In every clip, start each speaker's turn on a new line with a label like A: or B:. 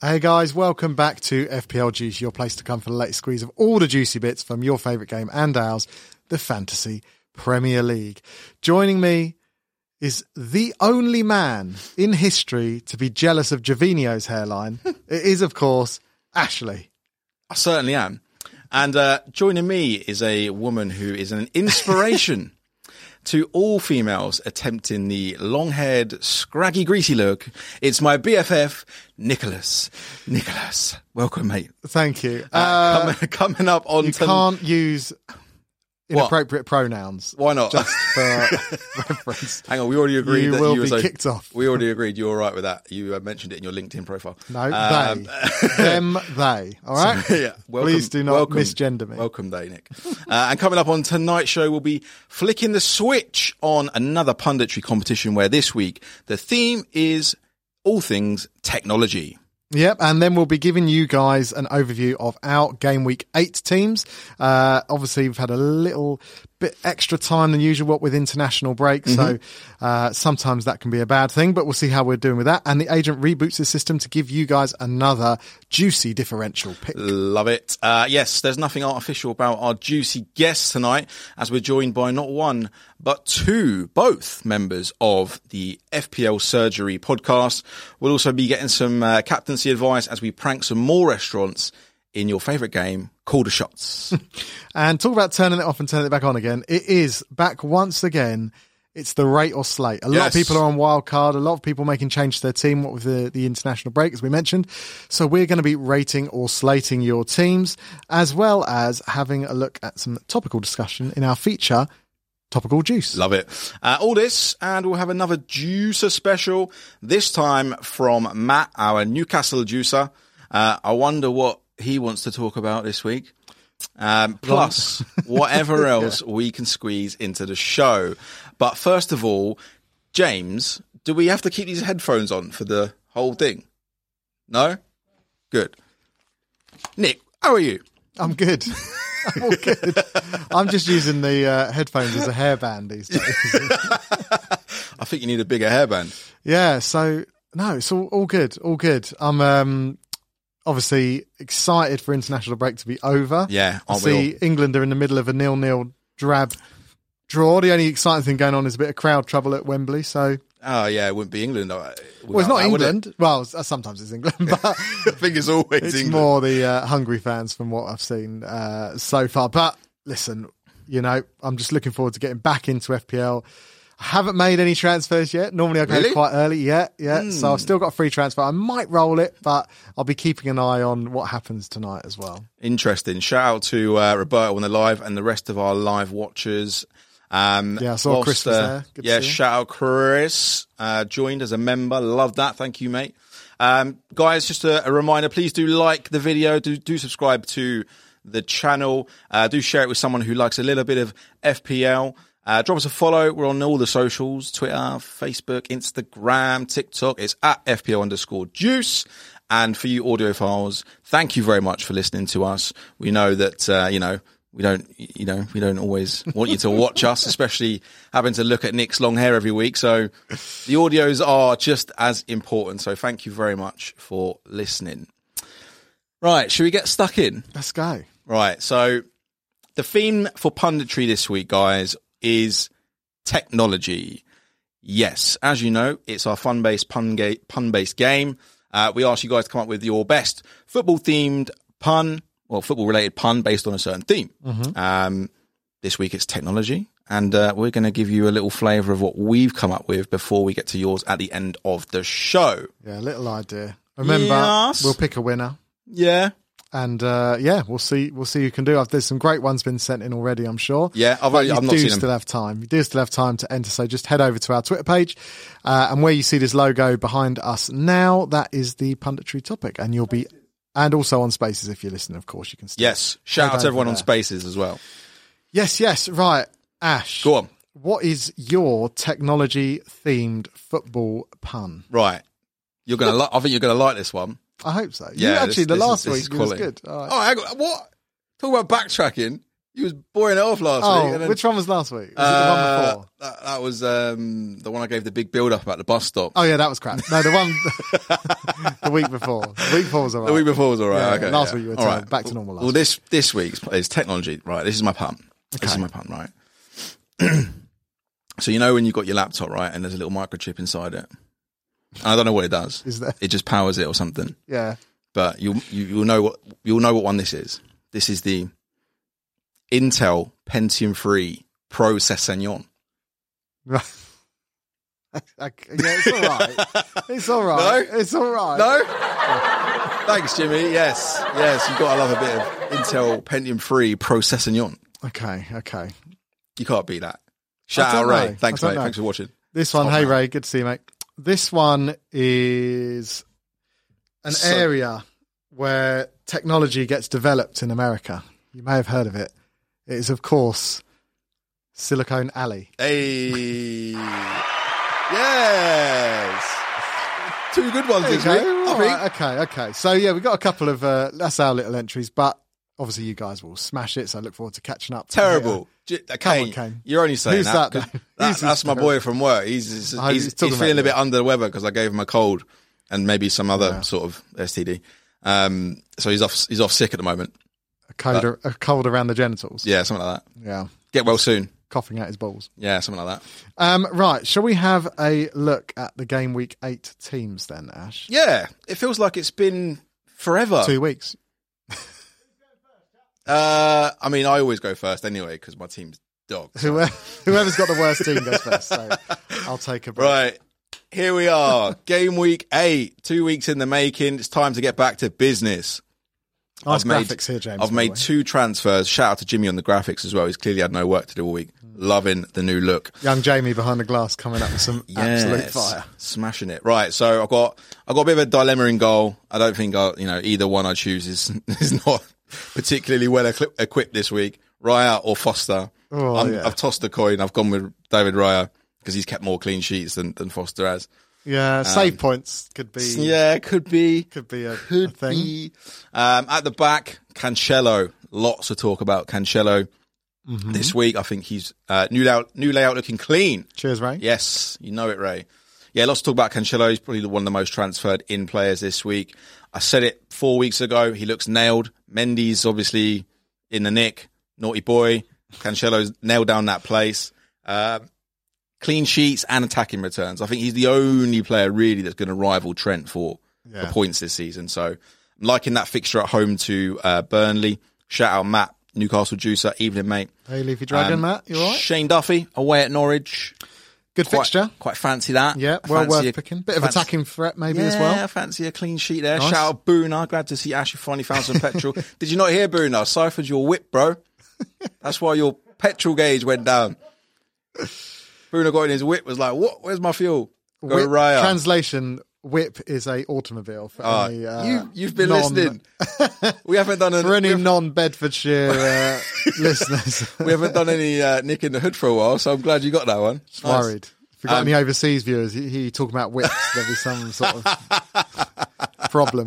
A: Hey guys, welcome back to FPL Juice, your place to come for the latest squeeze of all the juicy bits from your favourite game and ours, the Fantasy Premier League. Joining me is the only man in history to be jealous of Jovino's hairline. it is, of course, Ashley.
B: I certainly am. And uh, joining me is a woman who is an inspiration to all females attempting the long haired, scraggy, greasy look. It's my BFF, Nicholas. Nicholas, welcome, mate.
A: Thank you. Uh,
B: Uh, coming, coming up on
A: you
B: to-
A: can't use inappropriate pronouns
B: Why not?
A: for reference.
B: Hang on, we already agreed
A: You
B: that
A: will
B: you was
A: be
B: o-
A: kicked off.
B: We already agreed you were all right with that. You uh, mentioned it in your LinkedIn profile.
A: No,
B: Um,
A: they. Them, they. All right?
B: yeah, welcome-
A: Please do not
B: welcome-
A: misgender me.
B: Welcome, day, Nick. uh, and coming up on tonight's show, we'll be flicking the switch on another punditry competition where this week the theme is all things technology.
A: Yep, and then we'll be giving you guys an overview of our game week eight teams. Uh, obviously, we've had a little bit extra time than usual what with international break, so uh, sometimes that can be a bad thing. But we'll see how we're doing with that. And the agent reboots the system to give you guys another juicy differential pick.
B: Love it. Uh, yes, there's nothing artificial about our juicy guests tonight, as we're joined by not one, but two, both members of the FPL Surgery podcast. We'll also be getting some uh, captaincy advice as we prank some more restaurants in your favourite game, Call the Shots.
A: And talk about turning it off and turning it back on again. It is back once again. It's the rate or slate. A lot of
B: Yes.
A: people are on wild card. A lot of people making change to their team. What with the, the international break, as we mentioned. So we're going to be rating or slating your teams, as well as having a look at some topical discussion in our feature, topical juice.
B: Love it. Uh, all this, and we'll have another juicer special, this time from Matt, our Newcastle juicer. Uh, I wonder what he wants to talk about this week. Um, plus, whatever else we can squeeze into the show. But first of all, James, do we have to keep these headphones on for the whole thing? No? Good. Nick, how are you?
A: I'm good. I'm all good. I'm just using the uh, headphones as a hairband these days.
B: I think you need a bigger hairband.
A: Yeah, so no, it's all, all good, all good. I'm um, obviously excited for international break to be over.
B: Yeah,
A: I
B: aren't we
A: see England are in the middle of a nil-nil drab draw. The only exciting thing going on is a bit of crowd trouble at Wembley. So,
B: Oh, yeah, it wouldn't be England. uh,
A: well, it's
B: without
A: not
B: that, would it?
A: England. Well, s- sometimes it's England, but
B: I think it's always
A: it's
B: England.
A: more the uh, hungry fans from what I've seen uh, so far. But listen, you know, I'm just looking forward to getting back into FPL. I haven't made any transfers yet. Normally I go
B: Really? Hmm.
A: quite early. Yeah, yeah. So I've still got a free transfer. I might roll it, but I'll be keeping an eye on what happens tonight as well.
B: Interesting. Shout out to uh, Roberto on the live and the rest of our live watchers. Um,
A: Yeah, I saw Chris was there. Good to
B: yeah,
A: see him.
B: shout out Chris. Uh, joined as a member. Love that. Thank you, mate. Um, guys, just a, a reminder please do like the video, do, do subscribe to the channel, uh, do share it with someone who likes a little bit of FPL. Uh, drop us a follow. We're on all the socials Twitter, Facebook, Instagram, TikTok. It's at FPL underscore juice. And for you audiophiles, thank you very much for listening to us. We know that, uh, you know, we don't, you know, we don't always want you to watch us, especially having to look at Nick's long hair every week. So the audios are just as important. So thank you very much for listening. Right. Should we get stuck in?
A: Let's go.
B: Right. So the theme for punditry this week, guys, is technology. Yes, as you know, it's our fun-based pun ga- pun-based game. Uh, we ask you guys to come up with your best football-themed pun, well, football-related pun based on a certain theme.
A: Mm-hmm.
B: Um, this week it's technology, and uh, we're going to give you a little flavour of what we've come up with before we get to yours at the end of the show.
A: Yeah, little idea. Remember,
B: Yes.
A: we'll pick a winner.
B: Yeah,
A: And uh, yeah, we'll see. We'll see who can do. I've- There's some great ones been sent in already. I'm sure.
B: Yeah, I've only-
A: you
B: I've not
A: do
B: seen them.
A: still have time. You do still have time to enter. So just head over to our Twitter page, uh, and where you see this logo behind us now, that is the punditry topic, and you'll be, and also on Spaces if you listen. Of course, you can. Still.
B: yes. Shout out
A: over
B: to everyone on
A: there.
B: Spaces as well.
A: Yes. Yes. Right. Ash.
B: Go on.
A: What is your technology themed football pun?
B: Right. You're gonna. Li- I think you're gonna like this one.
A: I hope so. you
B: Yeah,
A: actually the
B: this- this is-
A: last
B: this is
A: week was
B: quality.
A: good. All right.
B: Oh, hang on. what? Talk about backtracking. You was boring it off last week.
A: Oh,
B: and then-
A: which one was last week? Was it the one
B: Uh,
A: before?
B: That, that was um, the one I gave the big build up at the bus stop.
A: Oh yeah, that was crap. No, the one the week before. The week before was alright.
B: The week before was all right.
A: Yeah,
B: okay,
A: last
B: yeah.
A: week you were
B: All
A: telling- back to normal last
B: well, this this week's is technology. Right, this is my pun. This is my pun. Right. so you know when you've got your laptop right, and there's a little microchip inside it. And I don't know what it does.
A: Is there?
B: It just powers it or something.
A: Yeah.
B: But you'll you, you'll know what you'll know what one this is. This is the Intel Pentium 3 Processor.
A: Right. Okay, yeah, it's all right. It's all right.
B: No?
A: It's all right.
B: No. Thanks, Jimmy. Yes, yes, you've got to love a bit of Intel Pentium 3 processor.
A: Okay. Okay.
B: You can't beat that.
A: I
B: Shout
A: don't
B: out, Ray.
A: know.
B: Thanks,
A: I don't
B: mate.
A: know.
B: Thanks for watching.
A: This one.
B: Top
A: hey
B: man.
A: Ray, good to see you, mate. This one is an
B: So-
A: area where technology gets developed in America. You may have heard of it. It is, of course, Silicon Alley.
B: Hey. yes. Two good ones this week.
A: Okay,
B: I
A: all
B: think.
A: right, okay, okay. So yeah, we've got a couple of uh, that's our little entries, but obviously you guys will smash it. So I look forward to catching up. later.
B: Terrible. J- uh,
A: Come on,
B: Kane,
A: Kane.
B: you're only saying
A: Who's that,
B: that.
A: though?
B: 'cause that-
A: He's
B: that's
A: just
B: my
A: terrible.
B: boy from work. He's he's,
A: hope
B: he's,
A: he's talking
B: he's
A: about
B: feeling a
A: you.
B: bit under the weather because I gave him a cold and maybe some other sort of STD. Um, so he's off he's off sick at the moment.
A: A cold, a cold around the genitals.
B: Yeah, something like that.
A: yeah,
B: Get well soon.
A: coughing at his balls.
B: Yeah, something like that.
A: Um, right, shall we have a look at the game week eight teams then, Ash?
B: Yeah, it feels like it's been forever.
A: Two weeks.
B: Uh, I mean, I always go first anyway because my team's dog.
A: Whoever, uh, whoever's got the worst team goes first. So I'll take a break.
B: Right. Here we are, game week eight, two weeks in the making. It's time to get back to business.
A: Nice
B: I've made-
A: graphics here, James. by
B: I've
A: the
B: made
A: way.
B: two transfers. Shout out to Jimmy on the graphics as well. He's clearly had no work to do all week. Loving the new look.
A: young Jamie behind the glass coming up with some absolute
B: Yes.
A: fire.
B: smashing it. Right, so I've got I've got a bit of a dilemma in goal. I don't think I, you know either one I choose is is not particularly well equi- equipped this week. Raya or Foster.
A: Oh,
B: I'm-
A: yeah.
B: I've tossed a coin. I've gone with David Raya because he's kept more clean sheets than, than Foster has.
A: Yeah, save points could be
B: Um, Yeah, could be.
A: could be a, a
B: Could
A: thing.
B: be. Um, at the back, Cancelo. Lots of talk about Cancelo
A: Mm-hmm.
B: this week. I think he's uh, new layout, new layout looking clean.
A: Cheers, Ray.
B: Yes, you know it, Ray. Yeah, lots to talk about Cancelo. He's probably the- one of the most transferred in players this week. I said it four weeks ago. He looks nailed. Mendy's obviously in the nick. Naughty boy. Cancelo's nailed down that place. Uh, clean sheets and attacking returns. I think he's the only player really that's going to rival Trent for, for
A: Yeah.
B: points this season. So I'm liking that fixture at home to uh, Burnley. Shout out Matt, Newcastle Juicer. Evening, mate.
A: Hey, Leafy Dragon,
B: Um,
A: Matt, you all right?
B: Shane Duffy away at Norwich
A: Good
B: quite,
A: fixture.
B: Quite fancy that.
A: Yeah,
B: I
A: well
B: fancy
A: worth
B: a-
A: picking. Bit of
B: fancy-
A: attacking threat maybe
B: Yeah,
A: as well.
B: I fancy a clean sheet there.
A: Nice.
B: Shout out Boona. Glad to see Ash you finally found some petrol. Did you not hear Boona? I ciphered your whip, bro. That's why your petrol gauge went down. Boona got in his whip, was like, What? Where's my fuel? Go
A: Whip-
B: Raya.
A: Translation: Whip is a automobile for
B: Uh,
A: any. Uh,
B: you, you've been
A: non,
B: listening. we haven't done
A: for
B: any.
A: any non-Bedfordshire uh, listeners.
B: We haven't done any uh, Nick in the Hood for a while, so I'm glad you got that one. Nice.
A: Worried. If you've got any overseas viewers, you hear you talking about whips, there'll be some sort of problem.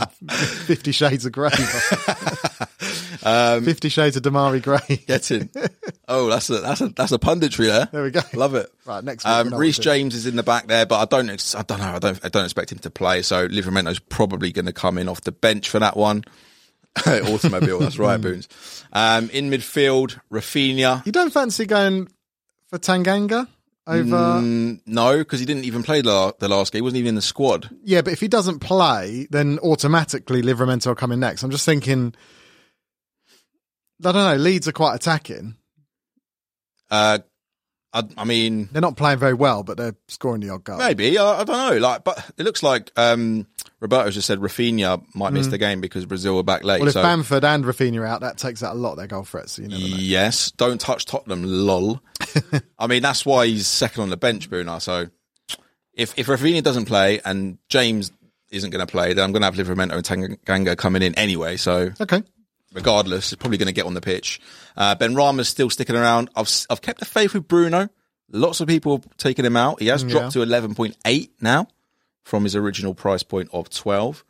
A: Fifty Shades of Grey. Fifty Shades of Damari Grey.
B: Getting. Oh, that's a that's a that's a punditry there.
A: There we go.
B: Love it.
A: Right, next week we
B: Um,
A: know
B: Reese
A: what to do.
B: James is in the back there, but I don't. Ex- I don't know. I don't. I don't expect him to play. So Livramento's probably going to come in off the bench for that one. Automobile. that's
A: Hmm.
B: right, Boons. Um, in midfield, Rafinha.
A: You don't fancy going for Tanganga over?
B: Mm, no, because he didn't even play la- the last game. He wasn't even in the squad.
A: Yeah, but if he doesn't play, then automatically Livramento will come in next. I'm just thinking. I don't know. Leeds are quite attacking.
B: Uh, I, I mean,
A: They're not playing very well, but they're scoring the odd goal.
B: Maybe I, I don't know. Like, but it looks like um, Roberto's just said Rafinha might miss the game because Brazil were back late.
A: Hmm. Well, if
B: so
A: Bamford and Rafinha are out, that takes out a lot of their goal threats. So you never know.
B: yes, don't touch Tottenham. Lol. I mean, that's why he's second on the bench, Bruno. So if if Rafinha doesn't play and James isn't going to play, then I'm going to have Livramento and Tanganga coming in anyway. So
A: Okay.
B: regardless, he's probably going to get on the pitch. Uh, ben Rama's still sticking around. I've s- I've kept the faith with Bruno. Lots of people have taken him out. He has dropped to 11.8 now from his original price point of 12.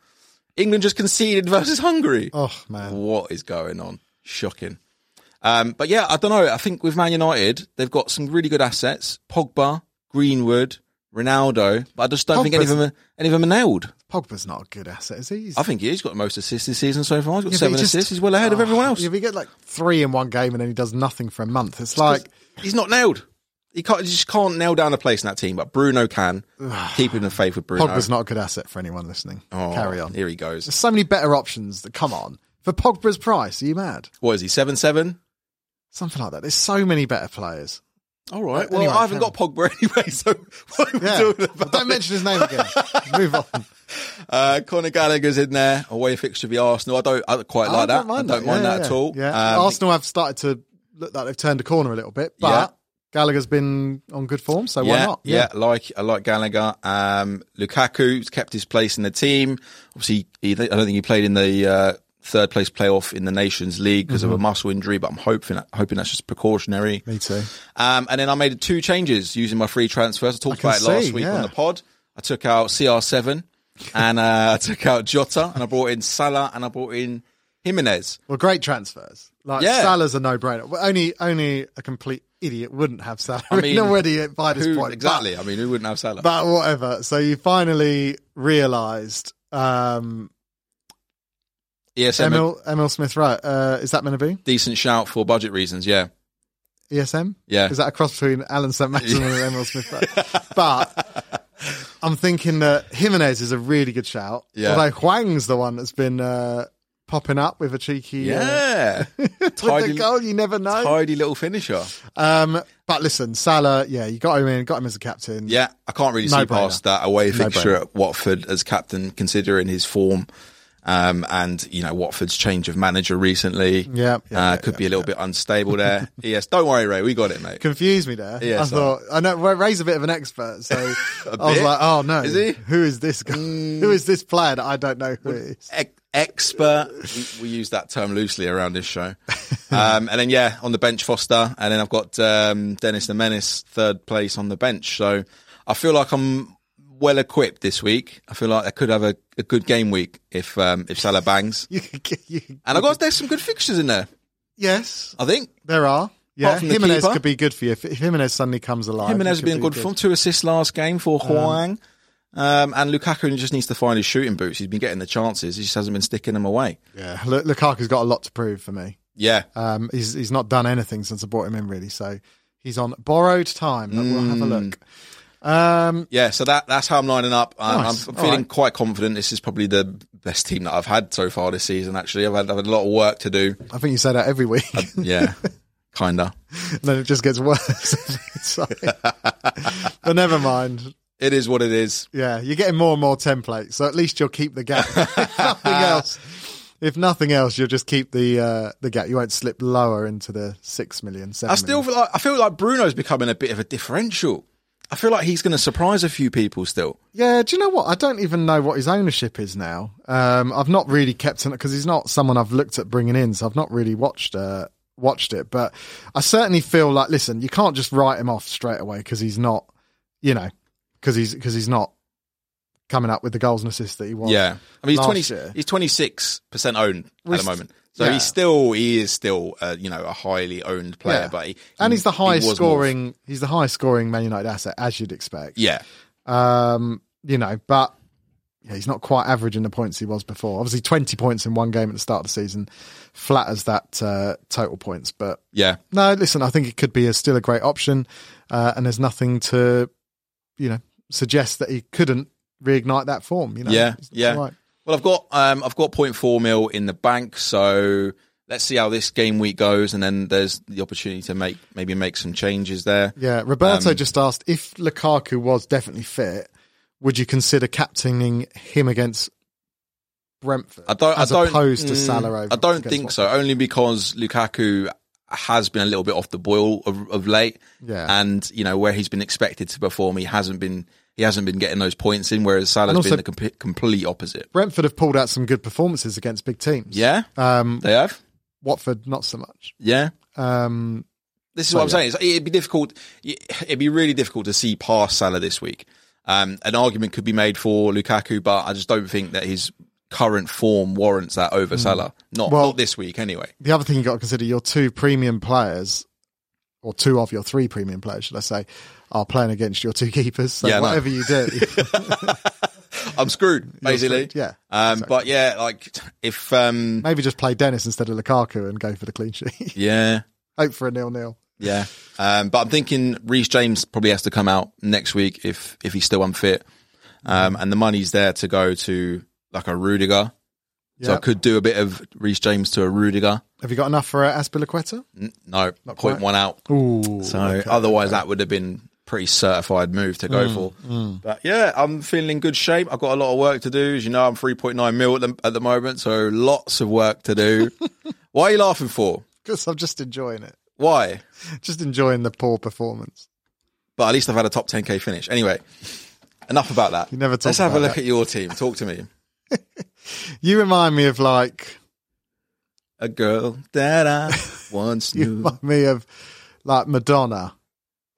B: England just conceded versus Hungary.
A: Oh man.
B: What is going on? Shocking. Um, but yeah, I don't know. I think with Man United, they've got some really good assets: Pogba, Greenwood, Ronaldo. But I just don't think any of them are, any of them are nailed.
A: Pogba's not a good asset, is he? He's-
B: I think he's got the most assists this season so far. He's got
A: Yeah, but
B: seven
A: he just- Ah,
B: assists. He's well ahead of everyone else.
A: If he get like three in one game and then he does nothing for a month, it's like
B: He's not nailed. He can't. He just can't nail down a place in that team. But Bruno can. Keeping the faith with
A: Ah,
B: Bruno.
A: Pogba's not a good asset for anyone listening.
B: Oh,
A: Carry on.
B: Here he goes.
A: There's so many better options that come on. For Pogba's price, are you mad?
B: What is he? Seven seven.
A: Something like that. There's so many better players.
B: All right. Well,
A: Anyway,
B: I haven't
A: fair
B: got Pogba anyway, so what are we
A: Yeah.
B: talking about?
A: Don't mention his name again. Move on.
B: Uh, Conor Gallagher's in there. Away fixture v Arsenal. I don't. I don't
A: Oh,
B: quite like that. I don't mind
A: Yeah,
B: that
A: yeah,
B: at all.
A: Yeah.
B: Um,
A: Arsenal have started to look like they've turned a corner a little bit, but
B: Yeah.
A: Gallagher's been on good form, so
B: yeah,
A: why not?
B: Yeah. like I like Gallagher. Um, Lukaku's kept his place in the team. Obviously, he, I don't think he played in the uh, third place playoff in the Nations League because of a muscle injury, but I'm hoping hoping that's just precautionary.
A: Mm-hmm. Me too.
B: Um, and then I made two changes using my free transfers. I talked
A: can
B: about it last
A: see,
B: week
A: yeah.
B: on the pod. I took out CR7 and uh, I took out Jota and I brought in Salah and I brought in Jimenez.
A: Well, great transfers. Like
B: Yeah.
A: Salah's a no-brainer. Well, Only, only a complete idiot wouldn't have Salah
B: mean,
A: already by this
B: Who,
A: point.
B: exactly. I mean, who wouldn't have Salah?
A: but whatever. So you finally realised um,
B: ESM, a
A: Emil Emil Smith Rowe. Uh, is that going to be
B: decent shout for budget reasons. Yeah.
A: ESM?
B: Yeah.
A: Is that a cross between Alan St. Maximin and Emil Smith Rowe? But I'm thinking that Jimenez is a really good shout.
B: Yeah.
A: Although Huang's the one that's been uh, popping up with a cheeky uh,
B: Yeah.
A: with
B: tidy,
A: the goal. You never know.
B: tidy little finisher.
A: Um, but listen, Salah. Yeah, you got him in. Got him as a captain.
B: Yeah. I can't really see
A: No-brainer.
B: past that away fixture at Watford as captain, considering his form. Um, and you know Watford's change of manager recently,
A: Yeah, yeah,
B: uh,
A: yeah,
B: could be a little bit unstable there. yes, don't worry, Ray, we got it, mate.
A: confused me there.
B: Yeah,
A: I
B: so-
A: thought I know well, Ray's a bit of an expert, so I was
B: bit?
A: like, oh no,
B: Is he? Mm.
A: Who is this guy? Who is this player that I don't know who it is?
B: Ex- expert. We, we use that term loosely around this show. Um, and then yeah, on the bench, Foster, and then I've got um, Dennis the Menace, third place on the bench. So I feel like I'm well equipped this week. I feel like I could have a, a good game week if um, if Salah bangs.
A: You, could get- you, could-
B: And I got there's some good fixtures in there.
A: yes,
B: I think
A: there are. Yeah,
B: Uh, from the
A: Jimenez
B: keeper.
A: could be good for you. If Jimenez suddenly comes alive,
B: Jimenez
A: he
B: has
A: could
B: been in good form. Two assists last game for Huang. Um, and Lukaku just needs to find his shooting boots. He's been getting the chances. He just hasn't been sticking them away.
A: Yeah, Lu- Lukaku's got a lot to prove for me.
B: Yeah.
A: Um, he's he's not done anything since I brought him in, really. So he's on borrowed time. But We'll
B: Mm.
A: have a look. Um,
B: Yeah, so that that's how I'm lining up. Um,
A: Nice.
B: I'm
A: All
B: feeling
A: right.
B: quite confident. This is probably the best team that I've had so far this season. Actually, I've had, I've had a lot of work to do.
A: I think you say that every week.
B: Yeah, kinda.
A: and then it just gets worse. Sorry. but never mind.
B: It is what it is.
A: Yeah, you're getting more and more templates, so at least you'll keep the gap. if nothing else, if nothing else, you'll just keep the uh, the gap. You won't slip lower into the six million, seven.
B: I still feel like I feel like Bruno's becoming a bit of a differential. I feel like he's going to surprise a few people still.
A: Yeah, do you know what? I don't even know what his ownership is now. Um, I've not really kept it because he's not someone I've looked at bringing in, so I've not really watched uh, watched it. But I certainly feel like, listen, you can't just write him off straight away because he's not, you know, because he's because he's not coming up with the goals and assists that he wants.
B: Yeah, I mean he's
A: Last
B: twenty.
A: year.
B: He's twenty six percent owned
A: We're
B: at the
A: st-
B: moment. So
A: yeah.
B: he's still he is still uh, you know a highly owned player,
A: Yeah.
B: but he,
A: and he's the
B: he
A: highest
B: was more-
A: scoring. He's the highest scoring Man United asset, as you'd expect.
B: Yeah,
A: Um, you know, but yeah, he's not quite averaging the points he was before. Obviously, twenty points in one game at the start of the season flatters that uh, total points. But
B: yeah.
A: no, listen, I think it could be a, still a great option, uh, and there's nothing to, you know, suggest that he couldn't reignite that form. You know,
B: Yeah,
A: It's
B: yeah.
A: right.
B: Well, I've got um, I've got 0.4 mil in the bank, so let's see how this game week goes, and then there's the opportunity to make maybe make some changes there.
A: Yeah, Roberto
B: Um,
A: just asked if Lukaku was definitely fit, would you consider captaining him against Brentford?
B: I don't.
A: as
B: I don't,
A: opposed to
B: mm,
A: Salah over.
B: I don't
A: against
B: think
A: Watford?
B: so. Only because Lukaku has been a little bit off the boil of, of late,
A: Yeah.
B: and you know where he's been expected to perform, he hasn't been. He hasn't been getting those points in, whereas Salah's
A: also-
B: been the comp- complete opposite.
A: Brentford have pulled out some good performances against big teams.
B: Yeah,
A: Um,
B: they have.
A: Watford, not so much.
B: Yeah,
A: Um,
B: This is what I'm saying. It's- It'd be difficult. It'd be really difficult to see past Salah this week. Um, an argument could be made for Lukaku, but I just don't think that he's current form warrants that over Salah. Not,
A: Mm. Well-
B: not this week, anyway.
A: the other thing you got to consider your two premium players, or two of your three premium players, should I say, are playing against your two keepers. So
B: Yeah, I know.
A: whatever you do,
B: I'm screwed, basically.
A: screwed, yeah,
B: Um, But yeah, like if um,
A: maybe just play Dennis instead of Lukaku and go for the clean sheet.
B: yeah,
A: Hope for a nil nil.
B: yeah. Um, but I'm thinking Reece James probably has to come out next week if if he's still unfit, um, and the money's there to go to like a Rudiger. So I
A: Yep.
B: could do a bit of Reece James to a Rudiger.
A: Have you got enough for uh, Aspilaqueta?
B: N- No, point
A: quite.
B: one out.
A: Ooh,
B: So
A: okay.
B: otherwise, that would have been pretty certified move to go for. But yeah, I'm feeling in good shape. I've got a lot of work to do. As you know, I'm 3.9 mil at the, at the moment, so lots of work to do. Why are you laughing for?
A: 'Cause I'm just enjoying it,
B: Why?
A: just enjoying the poor performance.
B: But at least I've had a top 10k finish. Anyway, enough about that.
A: You never talk
B: Let's have
A: about
B: a look
A: that.
B: at your team. Talk to me.
A: You remind me of like
B: A girl that I once
A: you
B: knew.
A: remind me of like Madonna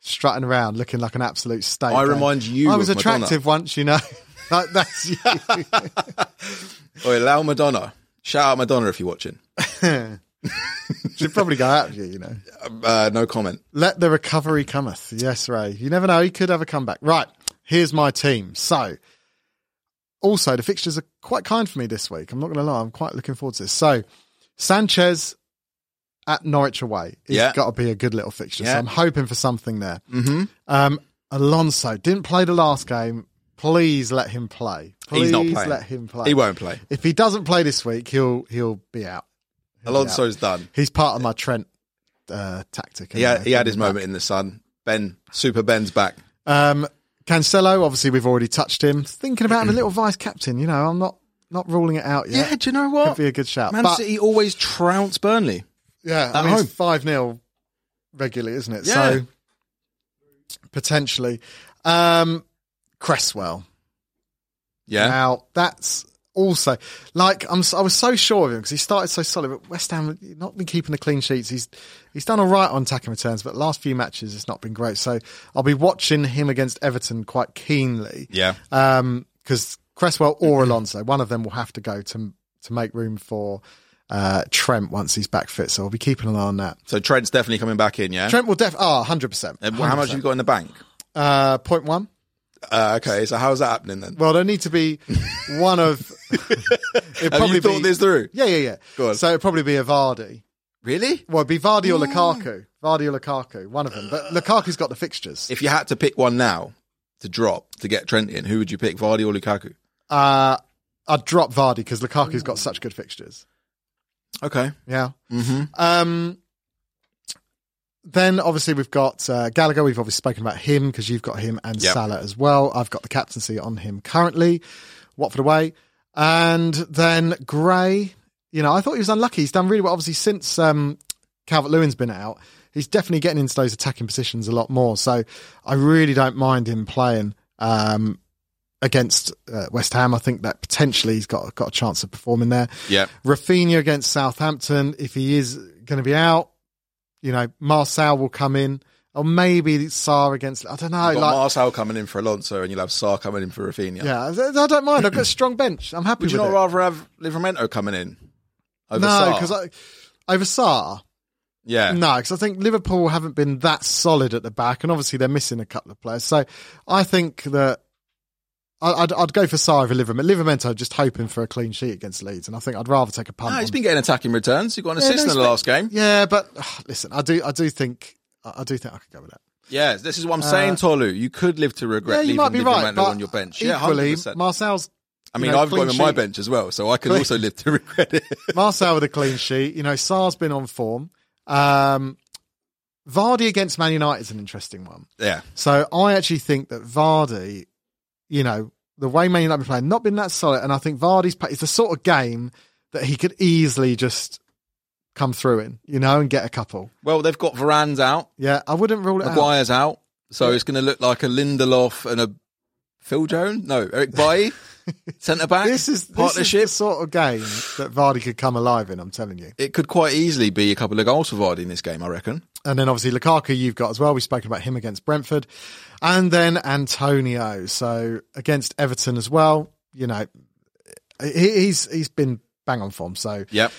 A: strutting around looking like an absolute state.
B: I remind you.
A: I was
B: of Madonna.
A: attractive once, you know. like that's you.
B: Oi, Lau Madonna. Shout out Madonna if you're watching.
A: Should probably go out with you, you know.
B: Uh, no comment.
A: Let the recovery cometh. Yes, Ray. You never know. He could have a comeback. Right. Here's my team. So, also, the fixtures are quite kind for me this week. I'm not going to lie. I'm quite looking forward to this. So, Sanchez at Norwich away. It's
B: Yeah.
A: got to be a good little fixture. So,
B: Yeah.
A: I'm hoping for something there. Mm-hmm. Um, Alonso didn't play the last game. Please let him play. Please
B: He's not playing.
A: let him play.
B: He won't play.
A: If he doesn't play this week, he'll he'll be out.
B: Alonso's done.
A: He's part of my Trent uh, tactic.
B: He had, he had his moment in the sun. Ben, Super Ben's back.
A: Um, Cancelo, obviously, we've already touched him. Thinking about him a little vice captain. You know, I'm not not ruling it out yet.
B: do you know what?
A: Could be a good shout.
B: Man
A: But-
B: City always trounce Burnley.
A: yeah, I
B: at
A: mean,
B: home.
A: it's five 0 regularly, isn't it?
B: Yeah.
A: So potentially, um, Cresswell.
B: Yeah.
A: Now that's also like I'm. s- I was so sure of him because he started so solid. But West Ham he's not been keeping the clean sheets. He's he's done all right on attacking returns, but last few matches it's not been great. So I'll be watching him against Everton quite keenly.
B: Yeah.
A: Um, because Cresswell or Alonso, one of them will have to go to to make room for uh Trent once he's back fit. So I'll be keeping an eye on that.
B: So Trent's definitely coming back in, yeah?
A: Trent will def. Ah, hundred percent.
B: And how much have you got in the bank?
A: Uh, point one.
B: Uh, okay, so how's that happening then?
A: Well, there need to be one of. it
B: Have you thought this through?
A: Yeah, yeah, yeah.
B: Go on.
A: So it'd probably be a Vardy.
B: Really?
A: Well, it'd be Vardy or Lukaku. Vardy or Lukaku, one of them.
B: Uh.
A: But Lukaku's got the fixtures.
B: If you had to pick one now to drop to get Trent in, who would you pick, Vardy or Lukaku?
A: Uh, I'd drop Vardy because Lukaku's got such good fixtures.
B: Okay.
A: Yeah.
B: Mm-hmm.
A: Um, then obviously we've got uh, Gallagher. We've obviously spoken about him because you've got him and
B: Yep.
A: Salah as well. I've got the captaincy on him currently. Watford away, and then Gray. You know, I thought he was unlucky. He's done really well. Obviously, since um, Calvert Lewin's been out, he's definitely getting into those attacking positions a lot more. So I really don't mind him playing. Um, against uh, West Ham, I think that potentially he's got got a chance of performing there.
B: Yeah.
A: Rafinha against Southampton, if he is going to be out, you know, Marcel will come in, or maybe Saar against. I don't know.
B: You've got
A: Like,
B: Marcel coming in for Alonso and you'll have Sar coming in for Rafinha.
A: yeah, I I don't mind. I've got a strong bench. I'm happy with
B: Would you not
A: it.
B: rather have Livramento coming in? Over
A: no,
B: Sar?
A: because I Mm. over Saar.
B: Yeah.
A: No, because I think Liverpool haven't been that solid at the back, and obviously they're missing a couple of players. So I think that. I- I'd, I'd go for Saar over Livermento. Livermento just hoping for a clean sheet against Leeds, and I think I'd rather take a punt.
B: No,
A: on
B: he's been getting attacking returns. He got an
A: Yeah,
B: assist
A: no,
B: in the
A: he's
B: last game.
A: Yeah, but ugh, listen, I do, I do think, I I do think I could go with that.
B: Yeah, this is what I'm saying, Tolu. You could live to regret
A: Uh, yeah, you
B: leaving
A: might be right,
B: Livramento
A: but
B: on your bench. Yeah,
A: Equally,
B: 100%.
A: Marcel's.
B: I mean,
A: you know,
B: I've got
A: clean
B: him on my
A: sheet.
B: bench as well, so I can also live to regret it.
A: Marcel with a clean sheet. You know, Sar's been on form. Um, Vardy against Man United is an interesting one.
B: yeah,
A: So I actually think that Vardy, you know, the way Man United have been playing, not been that solid, and I think Vardy's play is the sort of game that he could easily just come through in, you know, and get a couple.
B: Well, they've got Varane's out,
A: Yeah, I wouldn't rule it out.
B: Maguire's out, so it's going to look like a Lindelof and a Phil Jones. No, Eric Bailly, centre back.
A: This is this is
B: partnership.
A: the sort of game that Vardy could come alive in. I'm telling you.
B: It could quite easily be a couple of goals for Vardy in this game, I reckon.
A: And then obviously Lukaku, you've got as well. We've spoken about him against Brentford, and then Antonio. So against Everton as well. You know, he, he's he's been bang on form. So
B: Yep.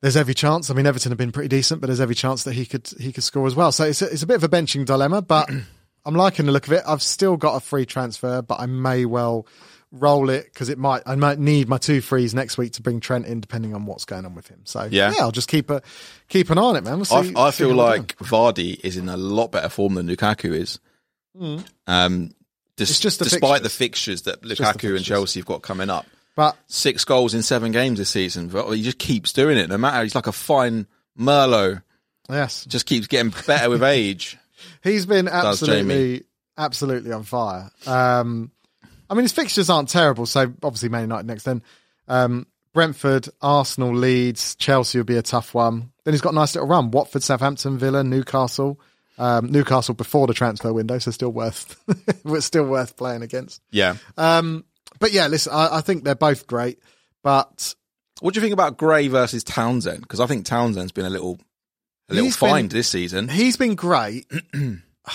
A: there's every chance. I mean, Everton have been pretty decent, but there's every chance that he could he could score as well. So it's a, it's a bit of a benching dilemma, but I'm liking the look of it. I've still got a free transfer, but I may well roll it because it might I might need my two frees next week to bring Trent in, depending on what's going on with him. So
B: Yeah.
A: I'll just keep a keep an eye on it, man. We'll see,
B: I, I
A: see
B: feel
A: how we're doing.
B: like Vardy is in a lot better form than Lukaku is. Um, des-
A: Hmm. It's just the
B: despite the fixtures that
A: the
B: Lukaku and
A: fixtures.
B: Chelsea have got coming up,
A: but
B: six goals in seven games this season. But he just keeps doing it. No matter, he's like a fine Merlot.
A: yes,
B: Just keeps getting better with age.
A: He's been
B: Jamie.
A: absolutely, absolutely on fire. Um, I mean, his fixtures aren't terrible. So obviously, Man United next. Then um, Brentford, Arsenal, Leeds, Chelsea would be a tough one. Then he's got a nice little run: Watford, Southampton, Villa, Newcastle. Um, Newcastle before the transfer window, so still worth, it's still worth playing against.
B: Yeah.
A: Um, but yeah, listen, I, I think they're both great. But
B: What do you think about Gray versus Townsend? Because I think Townsend's been a little, a little
A: He's been-
B: find this season.
A: he's been great.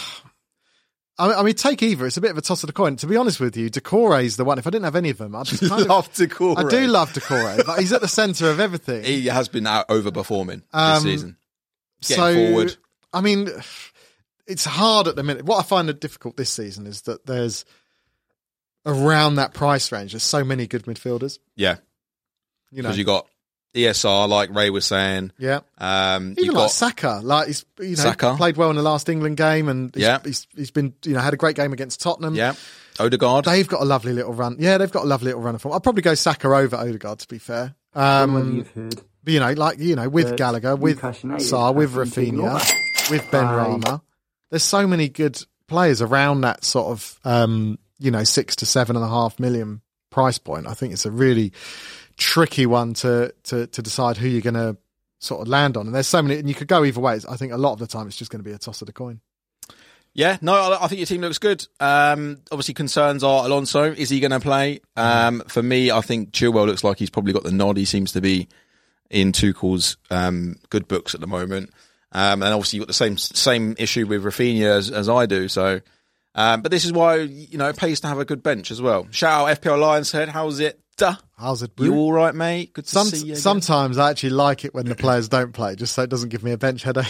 A: I I mean, take either. It's a bit of a toss of the coin. To be honest with you, Decore's the one. If I didn't have any of them, I'd just kind of
B: Love to call.
A: I do love Decore, but he's at the centre of everything.
B: He has been out overperforming this
A: Um,
B: season. Getting
A: so,
B: forward.
A: I mean, it's hard at the minute. What I find it difficult this season is that there's around that price range. There's so many good midfielders.
B: Yeah,
A: You know,
B: because you got ESR, like Ray was saying.
A: yeah.
B: Um,
A: Even
B: you've
A: like
B: got
A: Saka, like he's you know
B: Saka.
A: played well in the last England game, and he's,
B: Yeah.
A: he's he's been you know had a great game against Tottenham.
B: yeah, Odegaard.
A: They've got a lovely little run. Yeah, they've got a lovely little run of form. I'll probably go Saka over Odegaard to be fair.
C: Whether
A: Um,
C: you've heard
A: but, you know, like you know, with
C: that
A: Gallagher, with
C: Newcastle United
A: Saar,
C: have
A: with
C: been taken
A: Rafinha,
C: over
A: with Ben
C: by-
A: Rama, there's so many good players around that sort of um, you know six to seven and a half million price point. I think it's a really tricky one to to to decide who you're going to sort of land on. And there's so many, and you could go either way. I think a lot of the time it's just going to be a toss of the coin.
B: Yeah, no, I, I think your team looks good. Um, obviously, concerns are Alonso. Is he going to play? Um, for me, I think Chilwell looks like he's probably got the nod. He seems to be in Tuchel's um, good books at the moment. Um, and obviously, you've got the same same issue with Rafinha as, as I do. So, um, but this is why you know it pays to have a good bench as well. Shout out FPL Lionshead. How's it? Duh.
A: How's it?
B: You all right, mate? Good to
A: Some,
B: see you. again.
A: sometimes I actually like it when the players don't play, just so it doesn't give me a bench headache.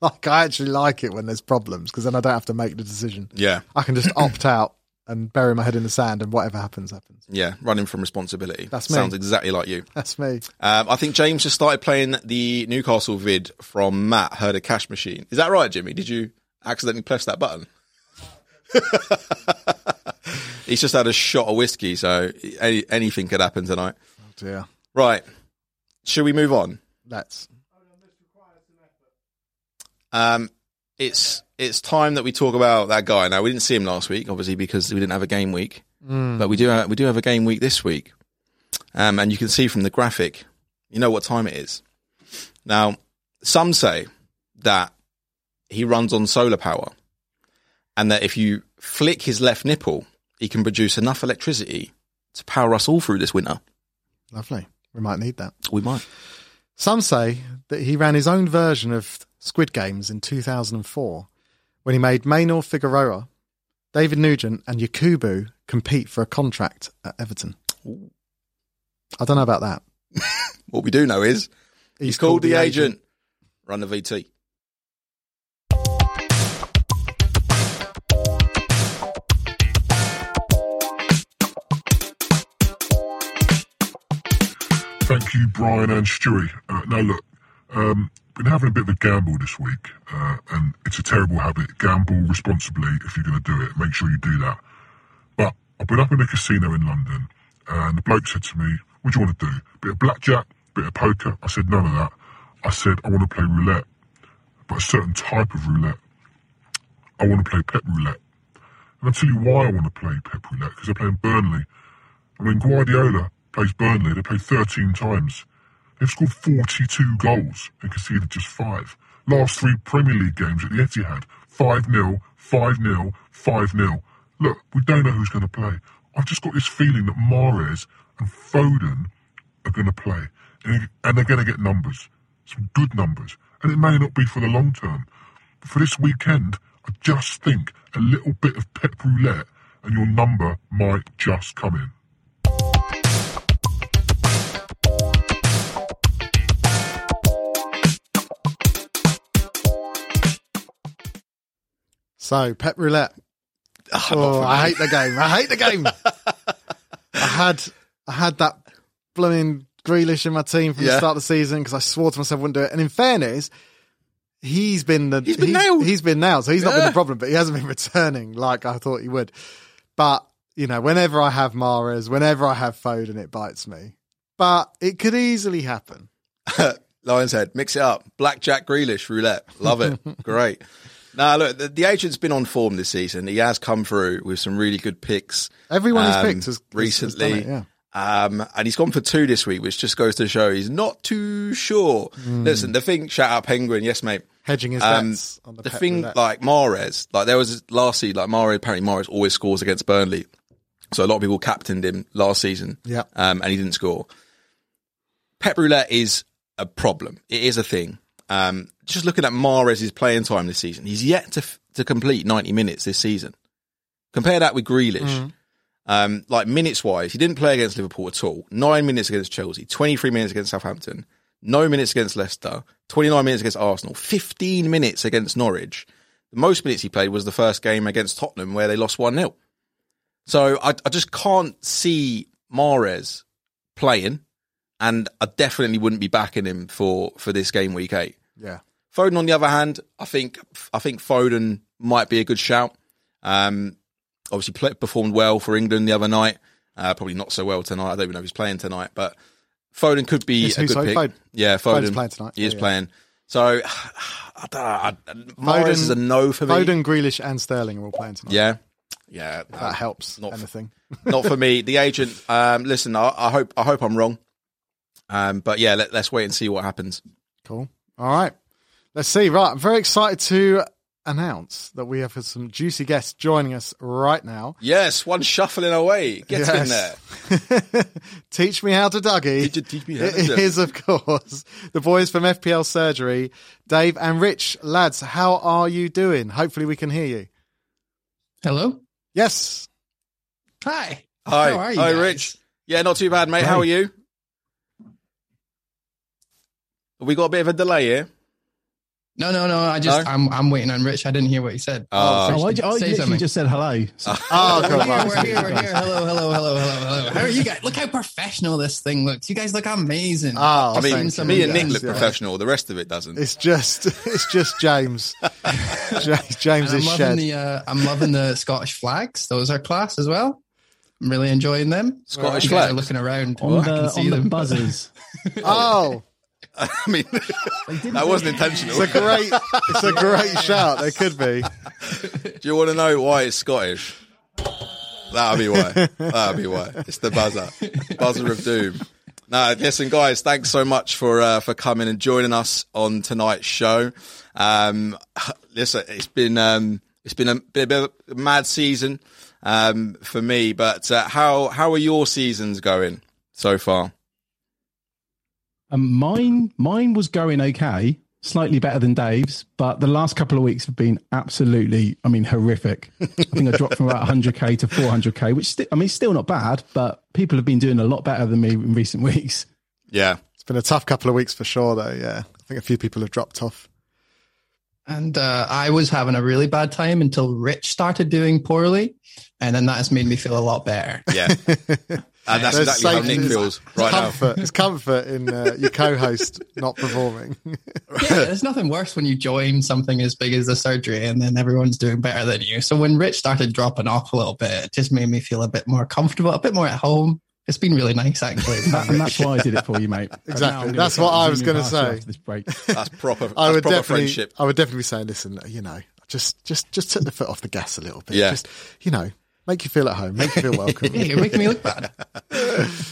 A: like I actually like it when there's problems because then I don't have to make the decision.
B: yeah,
A: I can just opt out and bury my head in the sand, and whatever happens, happens.
B: yeah, running from responsibility.
A: That's me.
B: sounds exactly like you.
A: That's me.
B: Um, I think James just started playing the Newcastle vid from Matt Heard a Cash Machine. Is that right, Jimmy? Did you accidentally press that button? He's just had a shot of whiskey, so any, anything could happen tonight.
A: Oh dear.
B: Right. Should we move on?
A: Let's.
B: Um, it's it's time that we talk about that guy. Now we didn't see him last week, obviously, because we didn't have a game week. But we do have, we do have a game week this week, um, and you can see from the graphic, you know what time it is. Now, some say that he runs on solar power, and that if you flick his left nipple, he can produce enough electricity to power us all through this winter.
A: Lovely. We might need that.
B: We might.
A: Some say that he ran his own version of Squid Games in 2004 when he made Maynor Figueroa, David Nugent, and Yakubu compete for a contract at Everton. I don't know about that.
B: What we do know is he's, called, the, agent. Run the VT.
D: Thank you, Brian and Stewie. Uh, now, look, um, been having a bit of a gamble this week, uh, and it's a terrible habit. Gamble responsibly if you're going to do it. Make sure you do that. But I've been up in a casino in London, and the bloke said to me, What do you want to do? Bit of blackjack, bit of poker? I said, None of that. I said, I want to play roulette, but a certain type of roulette. I want to play pep roulette. And I'll tell you why I want to play pep roulette, because I'm playing Burnley. I mean, Guardiola plays Burnley. They played 13 times. They've scored 42 goals and conceded just five. Last three Premier League games at the Etihad 5 0, 5 0, 5 0. Look, we don't know who's going to play. I've just got this feeling that Mares and Foden are going to play. And, and they're going to get numbers, some good numbers. And it may not be for the long term. But for this weekend, I just think a little bit of pep roulette and your number might just come in.
A: So Pep Roulette. Oh, I hate the game. I hate the game. I had I had that blooming Grealish in my team from
B: Yeah.
A: the start of the season because I swore to myself I wouldn't do it. And in fairness, he's been the
B: He's been nailed.
A: He's been nailed, so he's not been
B: Yeah.
A: the problem, but he hasn't been returning like I thought he would. But you know, whenever I have Mares, whenever I have Foden, it bites me. But it could easily happen.
B: Lion's Head, mix it up. Blackjack Grealish roulette. Love it. Great. Now, look, the, the agent's been on form this season. He has come through with some really good picks.
A: Everyone he's
B: um,
A: picked has has- has done
B: recently.
A: it, yeah.
B: Um, and he's gone for two this week, which just goes to show he's not too sure. Listen, the thing, shout out Penguin, yes, mate.
A: Hedging his
B: Um,
A: Hmm. bets on the,
B: the
A: Pep
B: thing
A: Roulette.
B: like Mares, like there was last season, like Mares, apparently Mares always scores against Burnley. So a lot of people captained him last season.
A: Yeah.
B: Um, and he didn't score. Pep Roulette is a problem. It is a thing. Um, just looking at Mares' playing time this season, he's yet to, f- to complete 90 minutes this season. Compare that with Grealish. Um, like minutes wise, he didn't play against Liverpool at all. Nine minutes against Chelsea, 23 minutes against Southampton, no minutes against Leicester, 29 minutes against Arsenal, 15 minutes against Norwich. The most minutes he played was the first game against Tottenham where they lost 1 0. So I, I just can't see Mares playing, and I definitely wouldn't be backing him for, for this game week eight.
A: yeah.
B: Foden, on the other hand, I think I think Foden might be a good shout. Um, obviously, play, performed well for England the other night. Uh, probably not so well tonight. I don't even know if he's playing tonight, but Foden could be
A: Is
B: a
A: he-
B: good
A: sorry,
B: pick.
A: Foden?
B: Yeah, Foden.
A: Foden's playing tonight.
B: He is
A: Yeah, yeah.
B: playing. So I don't know. I, Mahrez is a no for me.
A: Foden, Grealish, and Sterling are all playing tonight.
B: Yeah, yeah. uh,
A: that helps.
B: not-
A: anything.
B: not for me. The agent. Um, listen, I, I hope I hope I'm wrong. Um, but yeah, let, let's wait and see what happens.
A: Cool. All right. Let's see. Right. I'm very excited to announce that we have some juicy guests joining us right now.
B: Yes, one shuffling away. Get in there.
A: there. Teach me how to Dougie.
B: Teach- teach me how to
A: It
B: Dougie.
A: is, of course, the boys from FPL Surgery, Dave and Rich. Lads, how are you doing? Hopefully, we can hear you.
C: Hello.
A: Yes.
C: Hi.
B: Hi,
C: How are you
B: hi,
C: guys?
B: Rich. Yeah, not too bad, mate. How are
C: Great.
B: you? Have we got a bit of a delay here.
C: No, no, no. I just
B: No?
C: I'm I'm waiting on Rich. I didn't hear what he said.
B: Oh.
C: Rich,
E: Oh, I,
C: did
E: I
C: you say
E: literally
C: something. Ah,
E: just said hello. So-
A: Oh, God.
C: We're here,
A: right.
C: we're here, we're here. Hello, hello, hello, hello, hello. How are you guys? Look how professional this thing looks. You guys look amazing.
A: Oh,
B: I
C: I've
B: mean,
C: seen some
B: me
C: of
B: and
C: those,
B: Nick look
C: yeah.
B: professional. The rest of it doesn't.
A: It's just, it's just James. Ja-
C: And
A: James
C: I'm
A: is
C: loving
A: shed.
C: the uh, I'm loving the Scottish flags. Those are class as well. I'm really enjoying them.
B: Scottish
C: you guys
B: flags?
C: are looking around.
E: on
C: I can
E: the,
C: see
E: on the
C: them.
E: buzzers.
C: uh,
A: oh,
B: I mean, that wasn't intentional.
A: it's a great, it's a great shout. They could be.
B: Do you want to know why it's Scottish? That'll be why. That'll be why. It's the buzzer, buzzer of doom. No, listen, guys. Thanks so much for uh, for coming and joining us on tonight's show. Um, listen, it's been um, it's been a bit, bit of a mad season um, for me, but uh, how how are your seasons going so far?
E: Um, mine, mine was going okay, slightly better than Dave's, but the last couple of weeks have been absolutely, I mean, horrific. I think I dropped from about 100k to 400k, which sti- I mean, still not bad, but people have been doing a lot better than me in recent weeks.
B: Yeah,
A: It's been a tough couple of weeks for sure, though. Yeah, I think a few people have dropped off.
C: And uh, I was having a really bad time until Rich started doing poorly, and then that has made me feel a lot better.
B: yeah. And that's
A: There's
B: exactly how
A: safety.
B: Nick feels right now.
A: comfort. It's comfort in uh, your co-host not performing.
C: yeah, there's nothing worse when you join something as big as the surgery and then everyone's doing better than you. So when Rich started dropping off a little bit, it just made me feel a bit more comfortable, a bit more at home. It's been really nice actually.
E: That, and that's why I did it for you, mate. But now
A: Exactly.
E: I'm gonna
A: That's what
E: start
A: I was
E: zooming
A: gonna
E: past you
A: say.
E: after This break.
B: That's proper. That's
A: I would
B: proper
A: definitely,
B: friendship.
A: I would definitely be saying, listen, you know, just just just took the foot off the gas a little bit.
B: Yeah.
A: Just you know, make you feel at home, make you feel welcome.
C: Hey, you're making me look bad.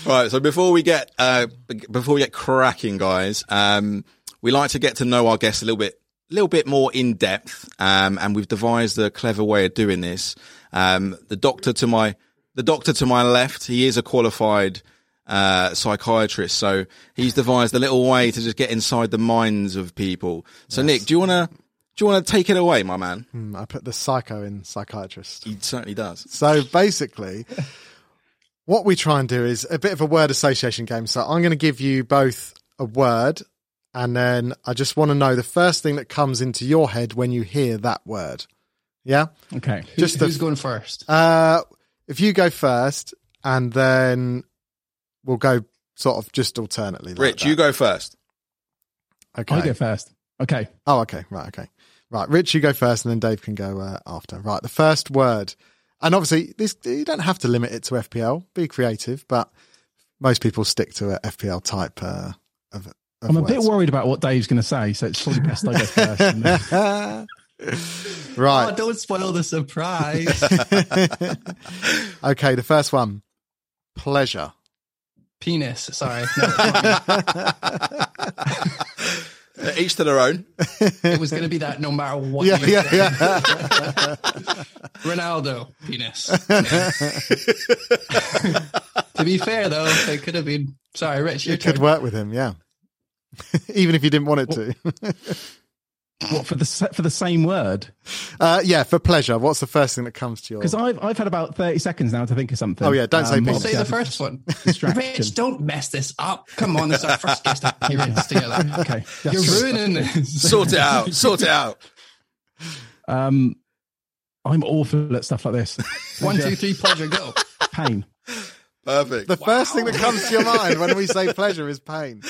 B: Right. So before we get uh, b- before we get cracking, guys, um, we like to get to know our guests a little bit, little bit more in depth, um, and we've devised a clever way of doing this. Um, the doctor to my the doctor to my left, he is a qualified uh, psychiatrist, so he's devised a little way to just get inside the minds of people. So Nick, do you want to do you want to take it away, my man?
A: Mm, I put the psycho in psychiatrist.
B: He certainly does.
A: So basically, what we try and do is a bit of a word association game. So I'm going to give you both a word, and then I just want to know the first thing that comes into your head when you hear that word. Yeah.
E: Okay.
C: Who-
A: Just the-
C: who's going first?
A: Uh, if you go first, and then we'll go sort of just alternately. like
B: Rich,
A: that.
B: you go first.
A: Okay.
E: I go first. Okay.
A: Oh, okay. Right. Okay. Right. Rich, you go first, and then Dave can go uh, after. Right. The first word, and obviously, this you don't have to limit it to FPL. Be creative, but most people stick to a FPL type uh, of. of
E: I'm a bit
A: words.
E: worried about what Dave's going to say, so it's probably best I go first. and then-
C: Oh,
E: Oh,
A: right.
C: don't spoil the surprise.
A: okay. The first one, pleasure.
C: Penis. Sorry. No,
B: Each to their own.
C: it was going to be that no matter what.
A: Yeah.
C: you
A: Yeah.
C: said.
A: Yeah.
C: Ronaldo. Penis. to be fair, though, it could have been. Sorry, Rich. Your
A: it could
C: turn.
A: work with him. Yeah. Even if you didn't want it to.
E: what for the sa- for the same word?
A: Uh, yeah, for pleasure. What's the first thing that comes to your?
E: Because I've I've had about thirty seconds now to think of something. Um,
A: Oh, yeah, don't say penis.
C: Say the first one.
E: distraction.
C: Rich, don't mess this up. Come on, it's our first guest appearance together.
E: okay.
C: You're ruining this.
B: Sort it out. Sort it out.
E: Um, I'm awful at stuff like this.
C: One, two, three, pleasure, go.
E: Pain.
B: Perfect.
A: The first thing that comes to your mind when we say pleasure is pain.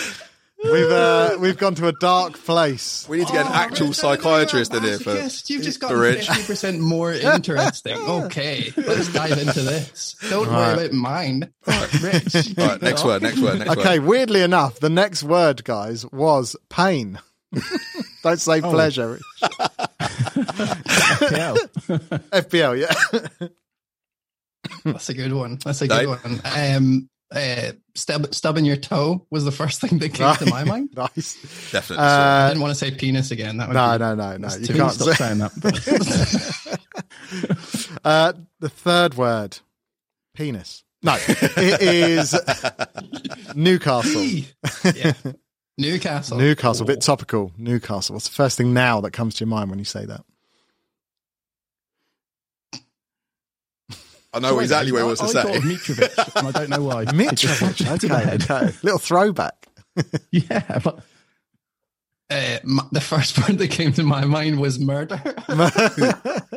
A: We've uh, we've gone to a dark place.
B: we need to get
C: Oh,
B: an actual psychiatrist in here for,
C: Yes, you've just got
B: for Rich.
C: 50% more interesting. Okay, let's dive into this. Don't worry about mine. Rich.
B: All right, next word, next word, next
A: Okay,
B: word.
A: weirdly enough, the next word, guys, was pain. Don't say
E: Oh.
A: pleasure.
E: FPL.
A: FBL, yeah.
C: That's a good one. That's a good
B: Dave?
C: one. Um, uh, stub, stubbing your toe was the first thing that came to my mind.
A: nice.
B: Definitely.
C: I
A: Uh,
C: didn't want to say penis again. That would
A: no,
C: be-
A: no, no, no. You
E: Please
A: can't
E: stop
A: say.
E: saying that.
A: Uh, the third word, penis. No, it is Newcastle.
C: yeah. Newcastle.
A: Newcastle, a
E: Oh.
A: bit topical. Newcastle. What's the first thing now that comes to your mind when you say that?
B: I
A: Oh,
B: know exactly what he wants to
E: I thought of
B: say.
E: Mitrovic, and I don't know why. It just popped
A: Mitrovic.
E: into my head.
A: Okay, okay. Little throwback.
E: Yeah, but
C: Uh, my, the first word that came to my mind was murder.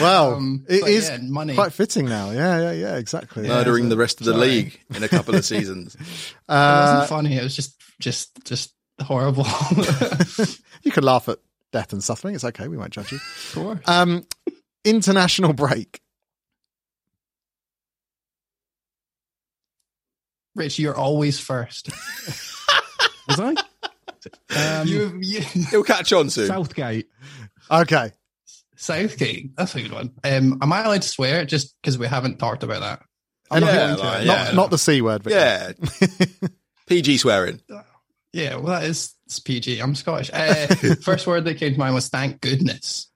A: Well,
C: Um,
A: Oh, it
C: but
A: is
C: yeah, money.
A: quite fitting now. Yeah, yeah, yeah, exactly.
B: Murdering the rest of the league in a couple of seasons.
C: It
A: Uh,
C: wasn't funny. It was just, just, just horrible.
A: you can laugh at death and suffering. It's okay. We won't judge you.
C: of course.
A: Um, international break.
C: Rich, you're always first.
E: was I? Um,
C: you, you,
B: He'll catch on soon.
E: Southgate.
A: Okay.
C: Southgate. That's a good one. Um, am I allowed to swear just because we haven't talked about that?
A: And
B: Yeah,
A: not,
B: like,
A: not,
B: yeah.
A: not the C word, but
B: yeah. PG swearing.
C: Yeah, well, that is it's PG. I'm Scottish. Uh, first word that came to mind was thank goodness.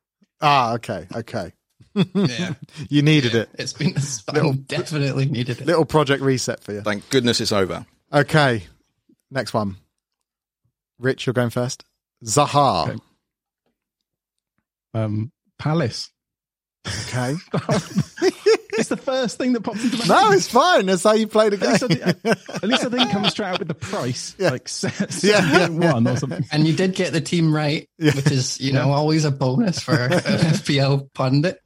A: Ah, okay, okay.
C: Yeah,
A: You Hmm, needed it.
C: it's been I definitely needed it.
A: Little project reset for you.
B: Thank goodness it's over.
A: Okay. Next one. Rich, you're going first. Zaha.
E: Um, Palace.
A: Okay.
E: It's the first thing that pops into my
A: no,
E: head.
A: it's fine. That's how you play the
E: At least, I
A: game.
E: did- at least I didn't come straight out with the price,
A: Yeah.
E: like seven
A: Yeah, yeah,
E: one or something.
C: And you did get the team right, which is you know always a bonus for an FPL pundit.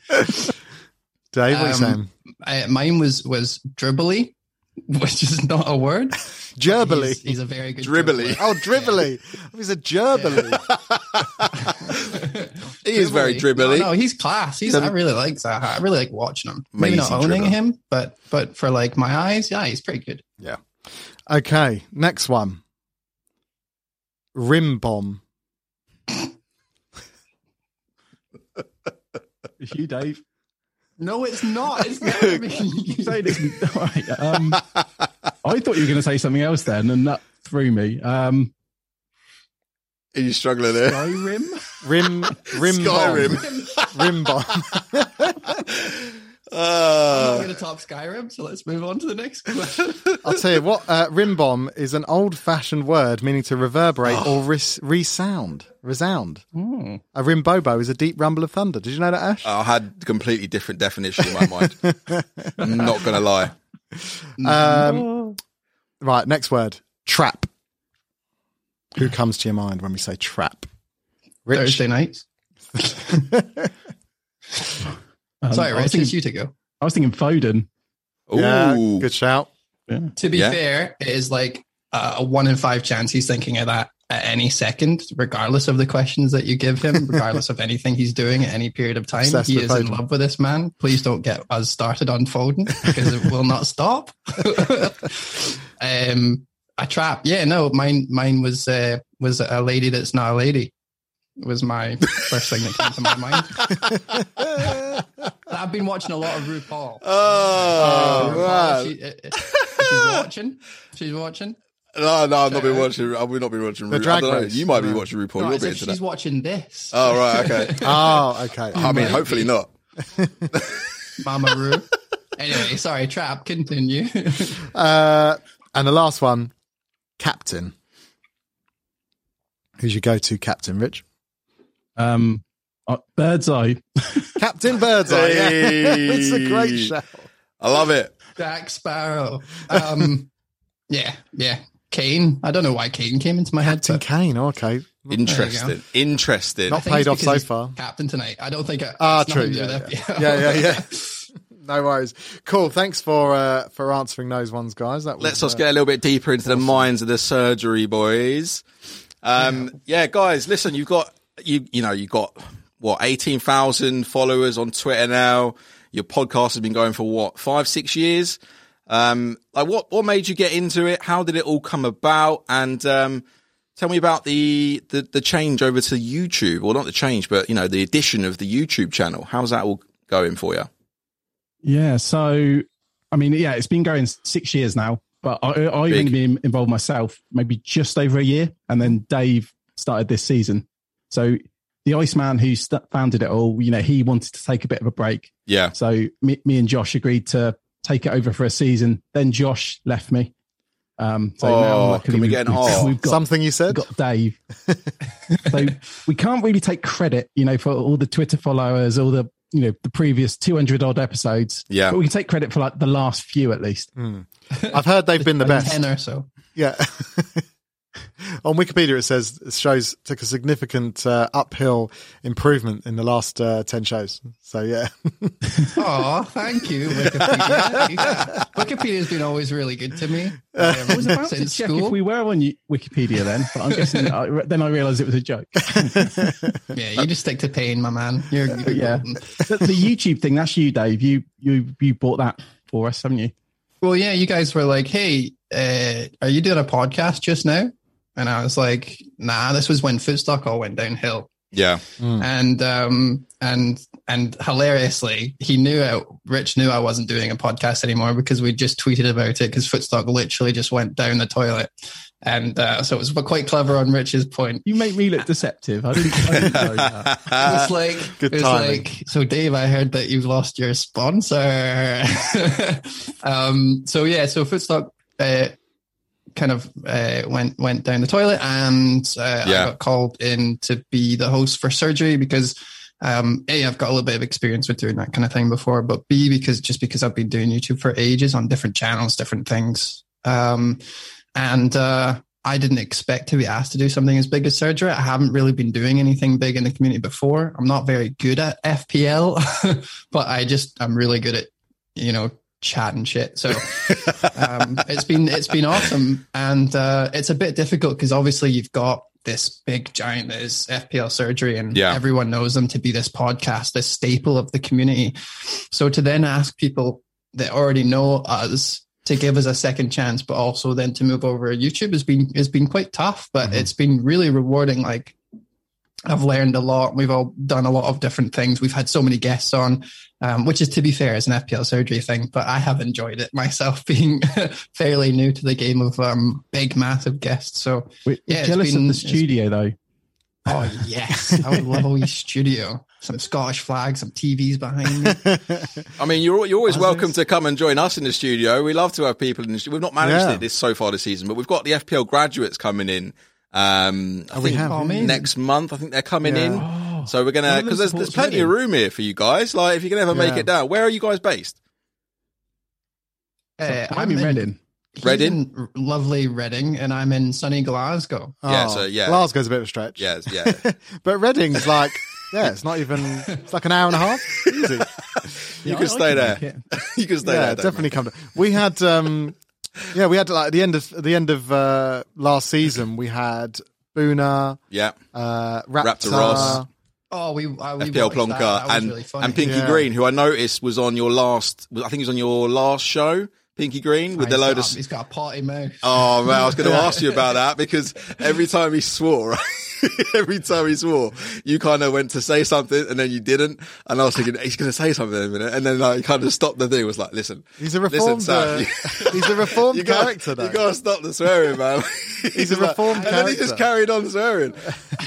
A: Dave, what are you saying?
C: Um, Uh, mine was was dribbly, which is not a word.
A: Gerbily.
C: He's, he's a very good
B: Dribbly.
C: dribbler.
A: Oh, dribbly. He's a gerbily.
B: Oh, He is very dribbly.
C: No, no, he's class. He's I really like Zaha. I really like watching him. Maybe not
B: Amazing
C: owning
B: dribbler.
C: him, but but for like my eyes, yeah, he's pretty good.
A: Okay, next one. Rim bomb.
E: It's you, Dave.
C: No, it's not. It's never me.
E: Saying it's- all right, um, I thought you were going to say something else then, and that threw me. Um,
B: Are you struggling there?
E: Skyrim.
A: Rim rim bomb.
B: Skyrim.
A: Rim bomb.
B: Uh, Ah.
C: I'm going to top Skyrim, so let's move on to the next question.
A: I'll tell you what, uh, rim bomb is an old fashioned word meaning to reverberate or res- resound. Resound. A rim bobo is a deep rumble of thunder. Did you know that, Ash?
B: I had a completely different definition in my mind. I'm not going to lie.
A: Um, right, next word. Trap. Who comes to your mind when we say trap? Rich.
C: Thursday nights.
E: Um,
C: Sorry,
E: I was,
C: Rich, it's
E: thinking,
C: you to go.
E: I was thinking Foden.
B: Ooh.
A: Yeah, good shout.
C: To be
B: Yeah.
C: fair, it is like uh, a one in five chance he's thinking of that at any second, regardless of the questions that you give him, regardless of anything he's doing at any period of time.
A: Obsessed
C: he
A: with
C: is in
A: Foden.
C: love with this man. Please don't get us started on Foden because it will not stop. um, a trap. Yeah, no, mine mine was uh, was a lady that's not a lady. Was my first thing that came to my mind. I've been watching a lot of RuPaul.
B: Oh,
C: Uh,
B: man.
C: she- uh, uh, she's watching. She's watching.
B: No, no, I've not been
C: Uh,
B: watching. I will not be watching.
A: The
B: Ru- I
A: Drag
B: don't know.
A: Race.
B: You might be
A: No.
B: watching RuPaul.
C: No, I
B: You'll be
C: said
B: into
C: she's
B: that.
C: watching this.
B: Oh right, okay.
A: Oh, okay.
B: I mean,
C: might
B: hopefully
C: be.
B: not.
C: Mama Ru. Anyway, sorry, trap. Continue.
A: Uh, and the last one, captain. Who's your go-to captain, Rich?
E: Um, uh, bird's eye.
A: Captain Birdseye. yeah.
B: Hey.
A: it's a great shout.
B: I love it.
C: Jack Sparrow. Um, yeah, yeah. Kane. I don't know why Kane came into my head.
A: Captain
C: but
A: Kane. Okay.
B: Interesting. Interesting.
A: Not
C: I think it's
A: paid off
C: because
A: so
C: he's
A: far.
C: Captain tonight. I don't think. I,
A: Ah,
C: it's
A: true.
C: nothing to do
A: Yeah,
C: with
A: yeah.
C: FPL.
A: yeah, yeah, yeah. No worries. Cool. Thanks for uh, for answering those ones, guys. That was,
B: Let's us
A: uh,
B: get a little bit deeper into the minds of the surgery boys. Um, yeah, guys, listen, you've got you you know you've got what eighteen thousand followers on Twitter now. Your podcast has been going for what five six years. Um, like what what made you get into it? How did it all come about? And um, tell me about the, the the change over to YouTube, or not the change, but you know the addition of the YouTube channel. How's that all going for you?
E: Yeah. So, I mean, yeah, it's been going six years now, but I, I've
B: Big.
E: only been involved myself maybe just over a year. And then Dave started this season. So, the Iceman who st- founded it all, you know, he wanted to take a bit of a break.
B: Yeah,
E: So, me, me and Josh agreed to take it over for a season. Then Josh left me. Um, so
B: Oh,
E: now luckily
B: can we
E: we've-
B: get an
E: we've,
B: oh?
E: we've got
A: something you said.
E: got Dave. so we can't really take credit, you know, for all the Twitter followers, all the you know the previous two hundred odd episodes.
B: Yeah.
E: but we can take credit for like the last few at least.
A: I've heard they've been the best.
C: Ten or so.
A: Yeah. On Wikipedia, it says it shows took a significant uh, uphill improvement in the last uh, ten shows. So yeah,
C: Oh, thank you, Wikipedia. Wikipedia's been always really good to me. um,
E: I was about to
C: since
E: check
C: school.
E: if we were on U- Wikipedia then, but I'm guessing I, then I realised it was a joke.
C: Yeah, you just stick to pain, my man. You're, you're
E: yeah.
C: golden.
E: But the YouTube thing, that's you, Dave. You you you bought that for us, haven't you?
C: Well, yeah, you guys were like, "Hey, uh, are you doing a podcast just now?" And I was like, "Nah, this was when Foodstock all went downhill."
B: yeah,
C: And um, and and hilariously, he knew I, Rich knew I wasn't doing a podcast anymore because we just tweeted about it because Footstock literally just went down the toilet, and uh, so it was quite clever on Rich's point.
E: You make me look deceptive. I didn't. I didn't know that.
C: It was like,
A: Uh, good
C: it was
A: timing.
C: like, so Dave, I heard that you've lost your sponsor. um, so yeah, so Footstock, uh, kind of, uh, went, went down the toilet and, uh,
B: Yeah.
C: I got called in to be the host for surgery because, um, A, I've got a little bit of experience with doing that kind of thing before, but B, because just because I've been doing YouTube for ages on different channels, different things. Um, and, uh, I didn't expect to be asked to do something as big as surgery. I haven't really been doing anything big in the community before. I'm not very good at FPL, but I just, I'm really good at, you know, chat and shit. So um, it's been it's been awesome, and uh, it's a bit difficult because obviously you've got this big giant that is FPL surgery, and
B: Yeah.
C: everyone knows them to be this podcast, this staple of the community. So to then ask people that already know us to give us a second chance, but also then to move over to YouTube has been has been quite tough, but it's been really rewarding. Like I've learned a lot. We've all done a lot of different things. We've had so many guests on, um, which is to be fair, is an FPL surgery thing, but I have enjoyed it myself being fairly new to the game of um, big, massive guests. So,
E: We're
C: Yeah, it's
E: jealous
C: been-
E: of the
C: it's-
E: studio though.
C: oh, yes, I would love a wee studio, some Scottish flags, some TVs behind me.
B: I mean, you're you're always
C: Others?
B: welcome to come and join us in the studio. We love to have people in the studio. We've not managed
A: Yeah.
B: it this so far this season, but we've got the FPL graduates coming in. Um, I
A: we
B: think
A: have,
C: yeah. Oh, Amazing.
B: next month. I think they're coming
A: Yeah.
C: Oh.
B: in, so we're gonna
E: None of
B: because
E: them
B: there's,
E: support
B: there's plenty of room
E: trading.
B: here for you guys. Like, if you can ever make
A: Yeah.
B: it down, where are you guys based?
C: Uh,
E: I'm in Reading.
C: he's
B: Reading?
C: in lovely Reading, and I'm in sunny Glasgow.
B: Oh.
A: Oh,
B: Yeah, so, yeah.
A: Glasgow's a bit of a stretch.
B: Yes, yeah,
A: but Reading's like Yeah, it's not even. It's like an hour and a half. Easy.
B: You
E: Yeah,
B: can
E: I- I
B: stay
E: like
B: there.
E: it.
B: you can stay
A: yeah,
B: there. Damon.
A: definitely come. To, we had, um, yeah, we had like at the end of at the end of uh, last season, we had Boona,
B: Yeah.
A: uh, Raptor,
B: Raptor Ross.
C: Oh, we, I,
B: FPL
C: we watched that. That
B: Plonker
C: was
B: and
C: really funny.
B: and Pinky
A: Yeah.
B: Green, who I noticed was on your last. I think he was on your last show. Pinky Green with the
C: He's
B: load
C: got-
B: of.
C: He's got a potty mouth.
B: Oh man, I was going to ask you about that because every time he swore, every time he swore, you kind of went to say something and then you didn't, and I was thinking he's going to say something in a minute, and then I kind of stopped the thing. Was like, listen,
A: He's a reformed.
B: Sam,
A: uh,
B: you-
A: he's a reformed
B: you gotta-
A: character, though.
B: You gotta stop the swearing, man.
A: He's a
B: like-
A: reformed
B: and then he just
A: character.
B: carried on swearing.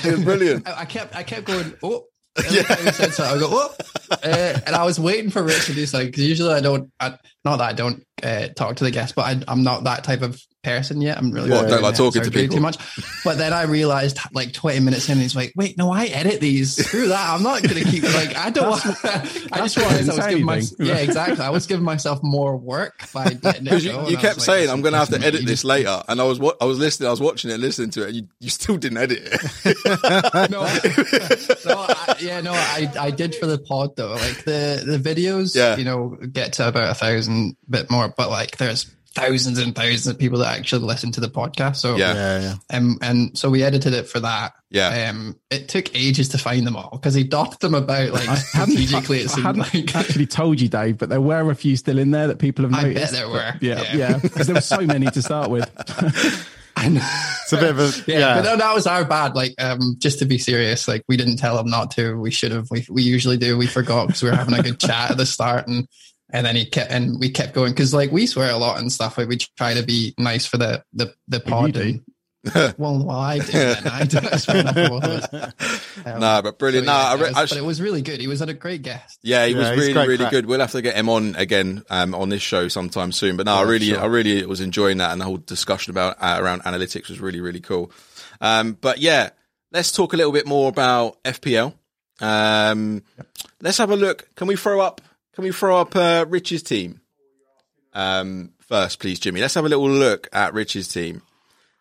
B: It was brilliant.
C: I, I kept I kept going, oh. Every time he said something, I go, oh. Uh, and I was waiting for Rich to do something because usually I don't, I, not that I don't uh, talk to the guests, but I, I'm not that type of person yet. I'm really
B: What, don't
C: not doing
B: like
C: that
B: talking to
C: surgery
B: people?
C: too much. But then I realized like 20 minutes in, he's like, wait, no, I edit these. Screw that. I'm not going to keep, like, I don't want, I just
E: why
C: realized
E: I didn't
C: I was
E: say
C: giving myself,
E: anything.
C: yeah, exactly. I was giving myself more work by letting it
B: Because
C: go,
B: you,
C: and
B: you
C: I
B: kept
C: was like,
B: saying, "I'm going to have to
C: listen,
B: edit
C: you
B: this
C: just-
B: later," and I was wa- I was listening, I was watching it, listening to it, and you, you still didn't edit it.
C: no, no I, yeah, no, I, I did for the pod though. Like the the videos,
B: Yeah.
C: you know, get to about a thousand bit more, but like there's thousands and thousands of people that actually listen to the podcast. So
B: Yeah.
A: Yeah, yeah.
C: um, and so we edited it for that.
B: Yeah.
C: um, it took ages to find them all because he docked them about like
E: hadn't-
C: strategically. It
E: I
C: seemed
E: hadn't
C: like
E: actually told you, Dave, but there were a few still in there that people have
C: I bet
E: noticed.
C: there were.
E: But yeah,
C: Yeah.
E: yeah, because there were so many to start with.
C: I know.
A: It's a bit of a
C: Yeah,
A: yeah.
C: but no, that was our bad. Like, um, just to be serious, like we didn't tell him not to. We should have. We we usually do. We forgot because we were having a good chat at the start, and and then he kept and we kept going because like we swear a lot and stuff. Like we try to be nice for the the the
E: Well, you
C: pod. and- well, well, I do. Then. I do. I swear enough for all of us. Um,
B: nah, but
C: so,
B: brilliant.
C: yeah,
B: nah, I
C: it
B: re-
C: was-
B: I
C: but it was really good. He was a great guest.
B: Yeah, he
A: Yeah,
B: was
A: he's
B: really,
A: great
B: really
A: crack.
B: good. We'll have to get him on again um, on this show sometime soon. But no,
A: Oh,
B: I really, I really was enjoying that, and the whole discussion about uh, around analytics was really, really cool. Um, but yeah, let's talk a little bit more about FPL. Um, Let's have a look. Can we throw up? Can we throw up uh, Rich's team um, first, please, Jimmy? Let's have a little look at Rich's team.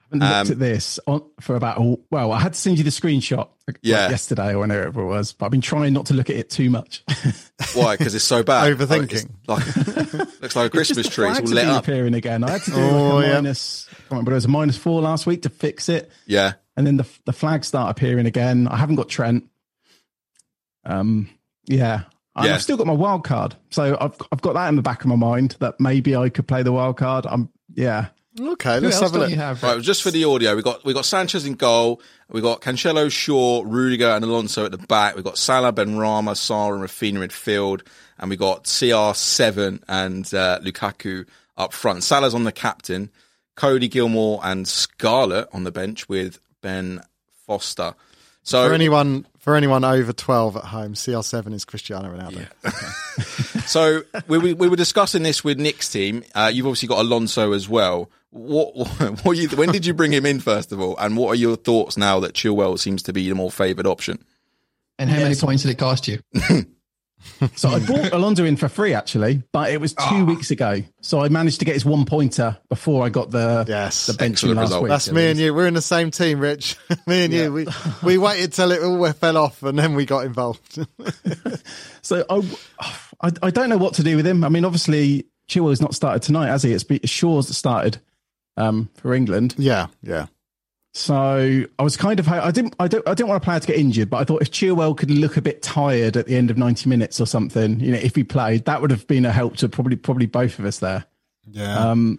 E: haven't
B: Um,
E: looked at this on, for about a, well, I had to send you the screenshot like,
B: Yeah.
E: yesterday or whenever it was, but I've been trying not to look at it too much.
B: Why? Because it's so bad.
A: Overthinking.
B: Oh, it's like, looks like a Christmas
E: Just the
B: tree. It's all
E: flags
B: lit
E: have been
B: up.
E: appearing again. I had to do
A: Oh,
E: like a
A: yeah.
E: minus, I can't remember, it was a minus four last week to fix it,
B: Yeah.
E: and then the the flags start appearing again. I haven't got Trent. Um, yeah. And
B: Yeah.
E: I've still got my wild card, so I've I've got that in the back of my mind that maybe I could play the wild card. I'm yeah.
B: uh,
A: Okay,
C: Who
A: let's have
C: else
A: a
C: don't
A: look.
C: you have?
B: Right, just for the audio, we got we got Sanchez in goal. We got Cancelo, Shaw, Rudiger, and Alonso at the back. We got Salah, Benrahma, Sarr, and Rafinha in midfield, and we got CR seven and uh, Lukaku up front. Salah's on the captain, Cody Gilmore and Scarlett on the bench with Ben Foster. So
A: For anyone for anyone over twelve at home, CR7 is Cristiano Ronaldo.
B: So we, we we were discussing this with Nick's team. Uh, you've obviously got Alonso as well. What, what, you, when did you bring him in first of all? And what are your thoughts now that Chilwell seems to be the more favoured option?
C: And how many points did it cost you?
E: So I bought Alonso in for free actually, but it was two weeks ago. So I managed to get his one pointer before I got the
A: Yes.
E: the bench
B: Excellent
E: last
B: result.
E: week.
A: That's me and you. We're in the same team, Rich. me and you. We we waited till it all fell off, and then we got involved.
E: So I, I, I don't know what to do with him. I mean, obviously Chilwell's not started tonight, has he? It's be, Shaw's that started um, for England.
A: yeah, yeah.
E: So I was kind of ho- I didn't I don't I didn't want a player to get injured, but I thought if Chilwell could look a bit tired at the end of ninety minutes or something, you know, if he played, that would have been a help to probably probably both of us there.
A: Yeah.
E: Um,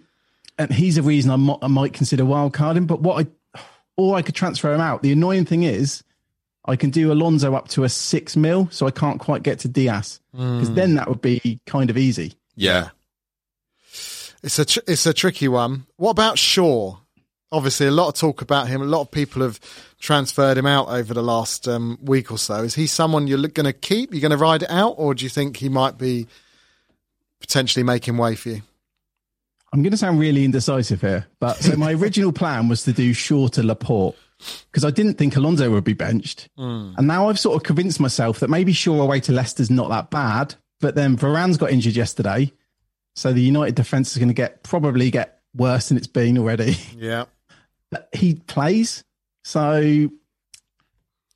E: and he's a reason I mo- I might consider wildcarding. But what I or I could transfer him out. The annoying thing is, I can do Alonso up to a six mil, so I can't quite get to Diaz because then that would be kind of easy.
B: Yeah,
A: It's a tr- it's a tricky one. What about Shaw? Obviously, a lot of talk about him. A lot of people have transferred him out over the last um, week or so. Is he someone you're going to keep? You're going to ride it out, or do you think he might be potentially making way for you?
E: I'm going to sound really indecisive here, but so my original plan was to do Shaw to Laporte because I didn't think Alonso would be benched, and now I've sort of convinced myself that maybe Shaw away to Leicester's not that bad. But then Varane's got injured yesterday, so the United defense is going to get probably get worse than it's been already.
A: Yeah.
E: he plays. So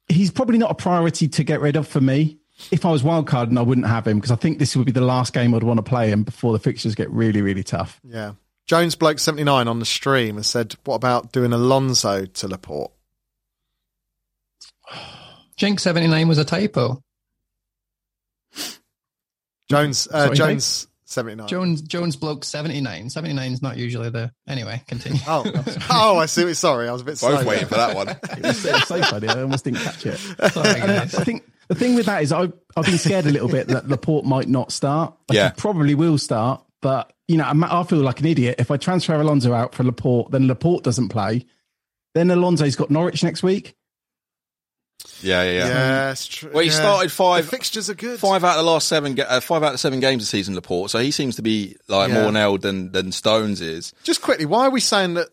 E: he's probably not a priority to get rid of for me. If I was wildcard and I wouldn't have him because I think this would be the last game I'd want to play him before the fixtures get really, really tough.
A: Yeah. Jones Bloke 79 on the stream has said, What about doing Alonso to Laporte?
C: Jinx 79 was a typo.
A: Jones, uh,
E: Sorry,
A: Jones 79.
C: Jones Jones bloke 79. 79 is not usually the. Anyway, continue.
A: Oh, oh, I see. What, sorry, I was a bit slow.
B: Both
A: there.
B: waiting for that one.
E: It's so so funny. I almost didn't catch it.
C: Sorry,
E: And I
C: guys.
E: I think the thing with that is I've, I've been scared a little bit that Laporte might not start. Like
B: Yeah.
E: He probably will start, but, you know, I'm, I feel like an idiot. If I transfer Alonso out for Laporte, then Laporte doesn't play. Then Alonso's got Norwich next week.
B: Yeah, yeah, yeah.
A: Yeah, it's true.
B: Well, he
A: yeah.
B: started five-
A: The fixtures are good.
B: Five out of the last seven, ga- uh, five out of seven games of season Laporte. So he seems to be like
A: Yeah.
B: more nailed than than Stones is.
A: Just quickly, why are we saying that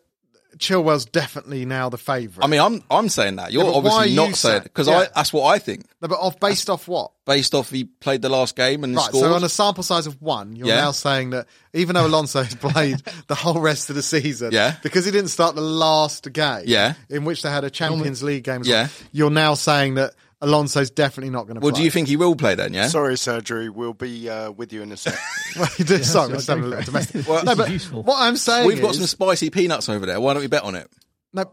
A: Chilwell's definitely now the favourite?
B: I mean, I'm I'm saying that you're
A: Yeah, but why
B: obviously
A: are
B: not
A: you
B: saying
A: saying-
B: because
A: Yeah.
B: I that's what I think
A: no, but off based off what?
B: based off he played the last game and
A: Right,
B: scored.
A: so on a sample size of one, you're
B: Yeah.
A: now saying that even though Alonso has played the whole rest of the season,
B: Yeah.
A: because he didn't start the last game,
B: Yeah.
A: in which they had a Champions League game, as
B: Yeah.
A: well, you're now saying that Alonso's definitely not going to
B: well,
A: play.
B: do you think he will play then? Yeah.
F: Sorry, surgery. We'll be uh, with you in a sec.
A: Well, you did- Sorry, we're just having a little domestic. no, but what I'm saying
B: We've got
A: is-
B: some spicy peanuts over there. Why don't we bet on it?
A: No,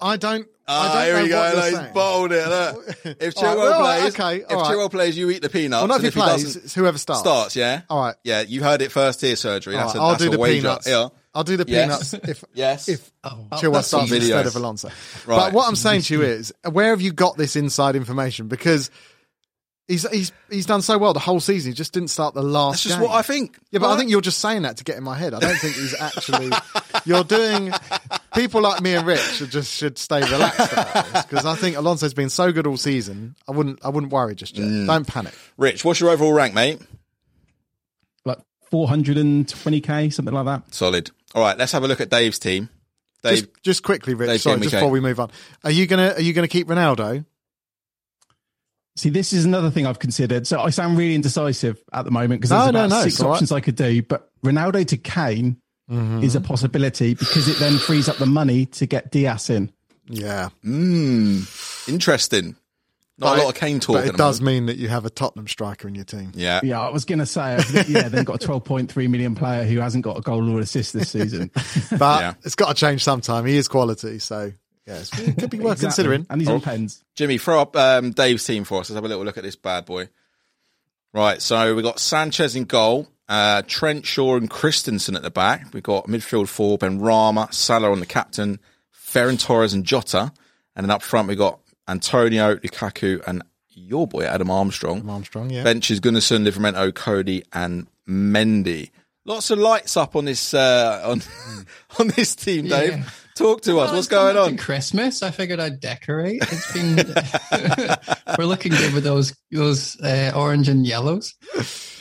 A: I don't.
B: Ah,
A: I don't know what you're saying.
B: bowled it. Look. If
A: All right,
B: Chilwell
A: well,
B: plays,
A: okay,
B: if
A: all right.
B: Chilwell plays, you eat the peanuts.
A: Well, not if
B: and
A: he plays.
B: doesn't-
A: It's whoever starts.
B: starts. Yeah.
A: All right.
B: Yeah, you heard it first here, surgery.
A: All
B: That's
A: right,
B: a,
A: I'll
B: that's
A: do
B: a
A: the
B: wager.
A: peanuts.
B: Yeah.
A: I'll do the
B: Yes.
A: peanuts if
B: Yes.
A: if
C: Oh,
A: Chilwell
C: that's
A: starts
B: on video.
A: instead of Alonso. But
B: Right.
A: what I'm saying to you is, where have you got this inside information? Because he's he's he's done so well the whole season. He just didn't start the last.
B: That's just
A: game.
B: what I think.
A: Yeah, but I
B: Right?
A: think you're just saying that to get in my head. I don't think he's actually. You're doing. People like me and Rich should just should stay relaxed about this because I think Alonso's been so good all season. I wouldn't. I wouldn't worry just yet. Don't panic.
B: Rich, what's your overall rank, mate?
E: Like 420k, something like that.
B: Solid. All right, let's have a look at Dave's team. Dave,
A: Just, just quickly, Rich.
B: Dave
A: sorry,
B: Jamie
A: just
B: Kay.
A: before we move on, are you gonna are you gonna keep Ronaldo?
E: See, this is another thing I've considered. So I sound really indecisive at the moment because
A: No,
E: there's
A: no,
E: about
A: no, it's
E: six
A: all right. Mm-hmm.
E: options I could do. But Ronaldo to Kane is a possibility because it then frees up the money to get Diaz in.
A: Yeah,
B: mm, interesting. Not a lot of Kane talk.
A: But
B: at
A: it
B: the
A: does
B: moment.
A: mean that you have a Tottenham striker in your team.
B: Yeah.
E: Yeah, I was going to say, I think, yeah, they've got a 12.3 million player who hasn't got a goal or assist this season.
A: But
B: Yeah.
A: it's got to change sometime. He is quality, so yeah, it's, it could be worth
E: Exactly.
A: considering.
E: And he's on pens.
B: Jimmy, throw up um, Dave's team for us. Let's have a little look at this bad boy. Right, so we got Sanchez in goal, uh, Trent Shaw and Christensen at the back. We've got midfield four, Ben Rama, Salah on the captain, Ferran Torres and Jota. And then up front, we got Antonio, Lukaku, and your boy, Adam Armstrong.
A: Armstrong, yeah.
B: Bench is Gunnarsson, Livermento, Cody, and Mendy. Lots of lights up on this uh, on on this team, Dave.
C: Yeah.
B: Talk to us.
C: Well,
B: What's
C: it's coming
B: going
C: up
B: on?
C: to Christmas. I figured I'd decorate. It's been we're looking good with those those uh, orange and yellows.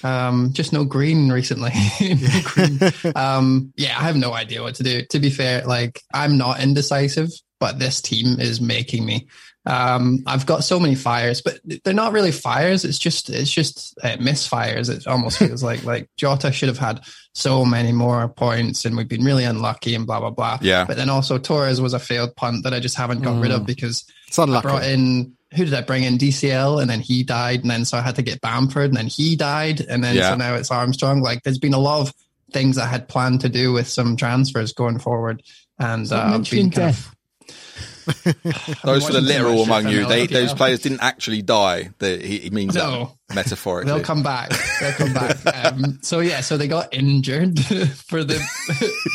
C: Um, just no green recently. No green. Um, yeah, I have no idea what to do. To be fair, like I'm not indecisive, but this team is making me. Um, I've got so many fires, but they're not really fires. It's just it's just uh, misfires. It almost feels like like Jota should have had so many more points, and we've been really unlucky and blah blah blah.
B: Yeah. Mm.
C: But then also Torres was a failed punt that I just haven't got rid of because
A: It's unlucky.
C: I brought in who did I bring in? DCL, and then he died, and then so I had to get Bamford, and then he died, and then
B: Yeah.
C: so now it's Armstrong. Like there's been a lot of things I had planned to do with some transfers going forward, and uh, I've been
E: Mentioning
C: kind of-
E: death.
B: Those were the
C: watching too
B: literal
C: much
B: among you.
C: FML,
B: They,
C: yeah.
B: Those players didn't actually die. The, he, he means
C: No.
B: that metaphorically.
C: They'll come back. They'll come back. Um, so yeah, so they got injured for the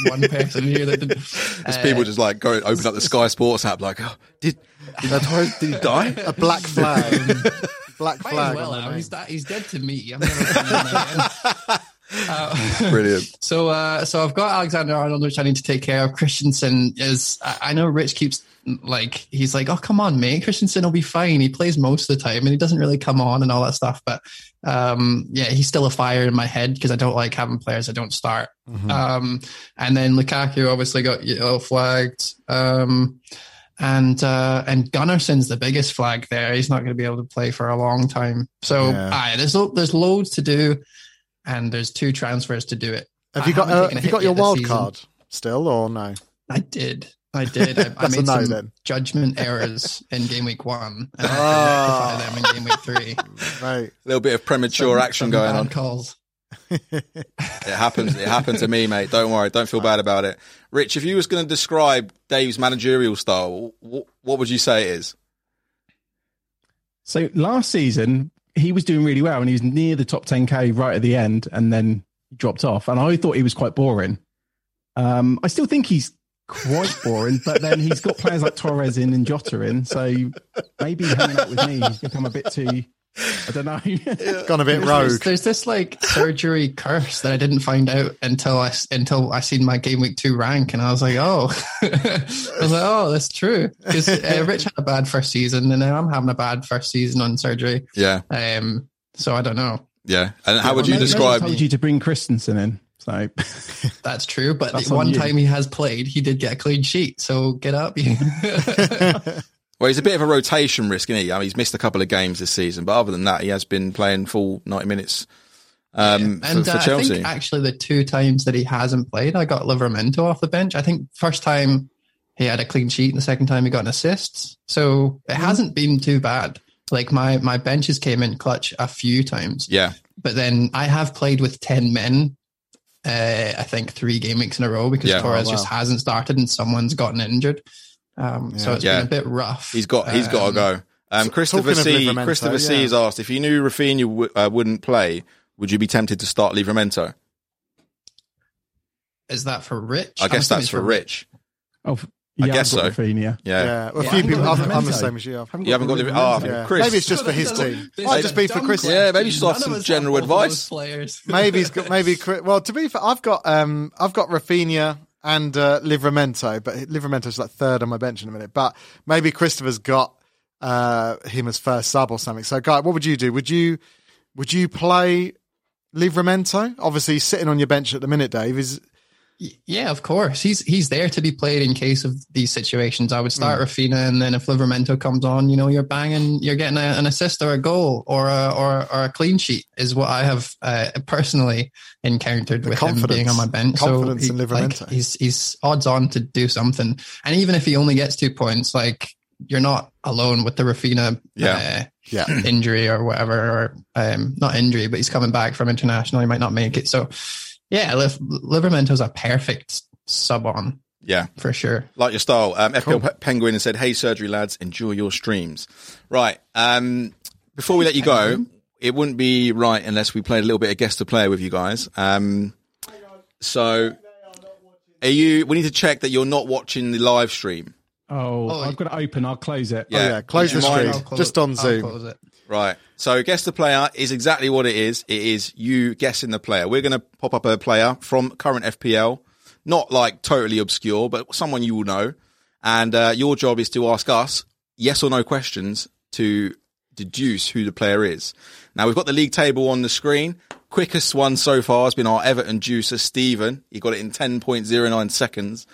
C: one person here that uh, did.
B: There's people just like go and open up the Sky Sports app, like, oh, did did, that Torres- did he die?
A: A black flag. black
C: Might
A: flag.
C: as well.
A: on their
C: Al.
A: name.
C: He's, that, he's dead to me. I'm never coming in again. Uh,
B: Brilliant.
C: So, uh, so I've got Alexander Arnold, which I need to take care of. Christensen is. I, I know Rich keeps like he's like, oh come on, mate, Christensen will be fine. He plays most of the time, and he doesn't really come on and all that stuff. But um, yeah, he's still a fire in my head because I don't like having players I don't start.
A: Mm-hmm. Mm.
C: Um, and then Lukaku obviously got yellow flagged. Um, and uh, and Gunnarsson's the biggest flag there. He's not going to be able to play for a long time. So
A: Yeah.
C: aye, there's lo- there's loads to do, and there's two transfers to do it.
A: Have
C: I
A: you got
C: haven't
A: uh,
C: taken a
A: have you
C: hit
A: got your
C: yet this
A: wild
C: season.
A: card still or no?
C: I did. I did. I, I
A: That's a
C: made
A: no,
C: some
A: then.
C: judgment errors in game week one, and
A: Ah.
C: I rectify them in game week three.
A: Mate.
B: A little bit of premature
C: Some-
B: action
C: some
B: going
C: bad
B: on.
C: Calls.
B: It happens. It happened to me, mate. Don't worry. Don't feel bad about it. Rich, if you was going to describe Dave's managerial style, what, what would you say it is?
E: So last season, he was doing really well and he was near the top 10K right at the end and then he dropped off. And I thought he was quite boring. Um, I still think he's quite boring, but then he's got players like Torres in and Jota in. So maybe hanging out with me, he's become a bit too, I don't know.
A: Gone a bit
C: There's,
A: rogue.
C: there's this like surgery curse that I didn't find out until I s- until I seen my game week two rank, and I was like, oh, I was like, oh, that's true. Because uh, Rich had a bad first season, and now I'm having a bad first season on surgery.
B: Yeah,
C: Um, so I don't know.
B: yeah. And how would you
E: Well, maybe- maybe I
B: describe?
E: told you to bring Christensen in. So
C: That's true, but
E: That's
C: the
E: on
C: one
E: you.
C: time he has played, he did get a clean sheet. So get up, you.
B: Well, he's a bit of a rotation risk, isn't he? I mean, he's missed a couple of games this season, but other than that, he has been playing full ninety minutes um, for-
C: And
B: for,
C: uh, I
B: Chelsea.
C: think actually the two times that he hasn't played, I got Livermento off the bench. I think first time he had a clean sheet, and the second time he got an assist. So
B: Mm-hmm.
C: it hasn't been too bad. Like my my benches came in clutch a few times,
B: yeah,
C: but then I have played with ten men. Uh, I think three game weeks in a row because
B: Yeah.
C: Torres
A: Oh, wow.
C: just hasn't started and someone's gotten injured. Um, So
A: Yeah.
C: it's
B: Yeah.
C: been a bit rough.
B: he's got he's got to
C: Um,
B: go. Um,
A: Uh, so-
B: Christopher
A: talking of
B: C.
A: Livramento,
B: Christopher C.
A: yeah.
B: has asked if you knew Rafinha w- uh, wouldn't play, would you be tempted to start Livramento?
C: Is that for Rich?
B: I
C: I'm
B: guess
C: assuming
B: that's
C: it's
B: for Rich.
E: oh, yeah,
B: guess
E: I've got
B: so.
E: Rafinha.
B: Yeah.
A: Yeah. Well, a few
C: Yeah, I haven't
A: people.
E: got
A: I'm, I'm the
E: Livramento.
A: same as you. I haven't
B: You haven't got Livramento.
E: Livramento.
B: Oh,
A: Yeah.
B: Chris.
A: Maybe it's just for his
C: Doesn't-
A: team.
C: doesn't-
A: Might just be for
C: doesn't-
A: Chris.
B: Yeah, maybe you should
C: None
B: have
C: of
B: some
C: us
B: general
C: have both of those
B: advice.
C: Players.
A: Maybe he's got maybe. Chris- Well, to be fair, I've got um, I've got Rafinha and uh, Livramento, but Livramento's like third on my bench in a minute. But maybe Christopher's got uh, him as first sub or something. So, guy, what would you do? Would you would you play Livramento? Obviously, he's sitting on your bench at the minute, Dave. Is
C: Y- Yeah, of course. He's he's there to be played in case of these situations. I would
A: Hmm.
C: start Rafina, and then if Livermento comes on, you know, you're banging, you're getting a, an assist or a goal or a or, or a clean sheet is what I have uh, personally encountered
A: The
C: with him
A: confidence-
C: being on my bench.
A: confidence
C: so
A: in
C: he-
A: Livramento.
C: like, he's he's odds on to do something, and even if he only gets two points, like you're not alone with the Rafina.
B: Yeah.
C: Uh,
A: yeah,
C: injury or whatever, or um, not injury, but he's coming back from international. He might not make it. So, yeah, Liv- Livermento's a perfect sub on
B: Yeah.
C: for sure.
B: Like your style. Um, FPL Pe- Penguin has said, "Hey, surgery lads, enjoy your streams." Right. Um, before we let you go, it wouldn't be right unless we played a little bit of guest to player with you guys. Um, so, are you? We need to check that you're not watching the live stream,
E: Oh,
C: Oh,
E: I've got to open. I'll close it. Oh,
A: yeah.
C: Uh,
A: Close
B: Would
A: the
B: you mind-
A: stream.
C: I'll close-
A: Just on
C: I'll
A: Zoom.
C: close it.
B: Right. So guess the player is exactly what it is. It is you guessing the player. We're going to pop up a player from current FPL, not like totally obscure, but someone you will know. And uh, your job is to ask us yes or no questions to deduce who the player is. Now we've got the league table on the screen. Quickest one so far has been our Everton juicer Stephen. He got it in 10.09 seconds.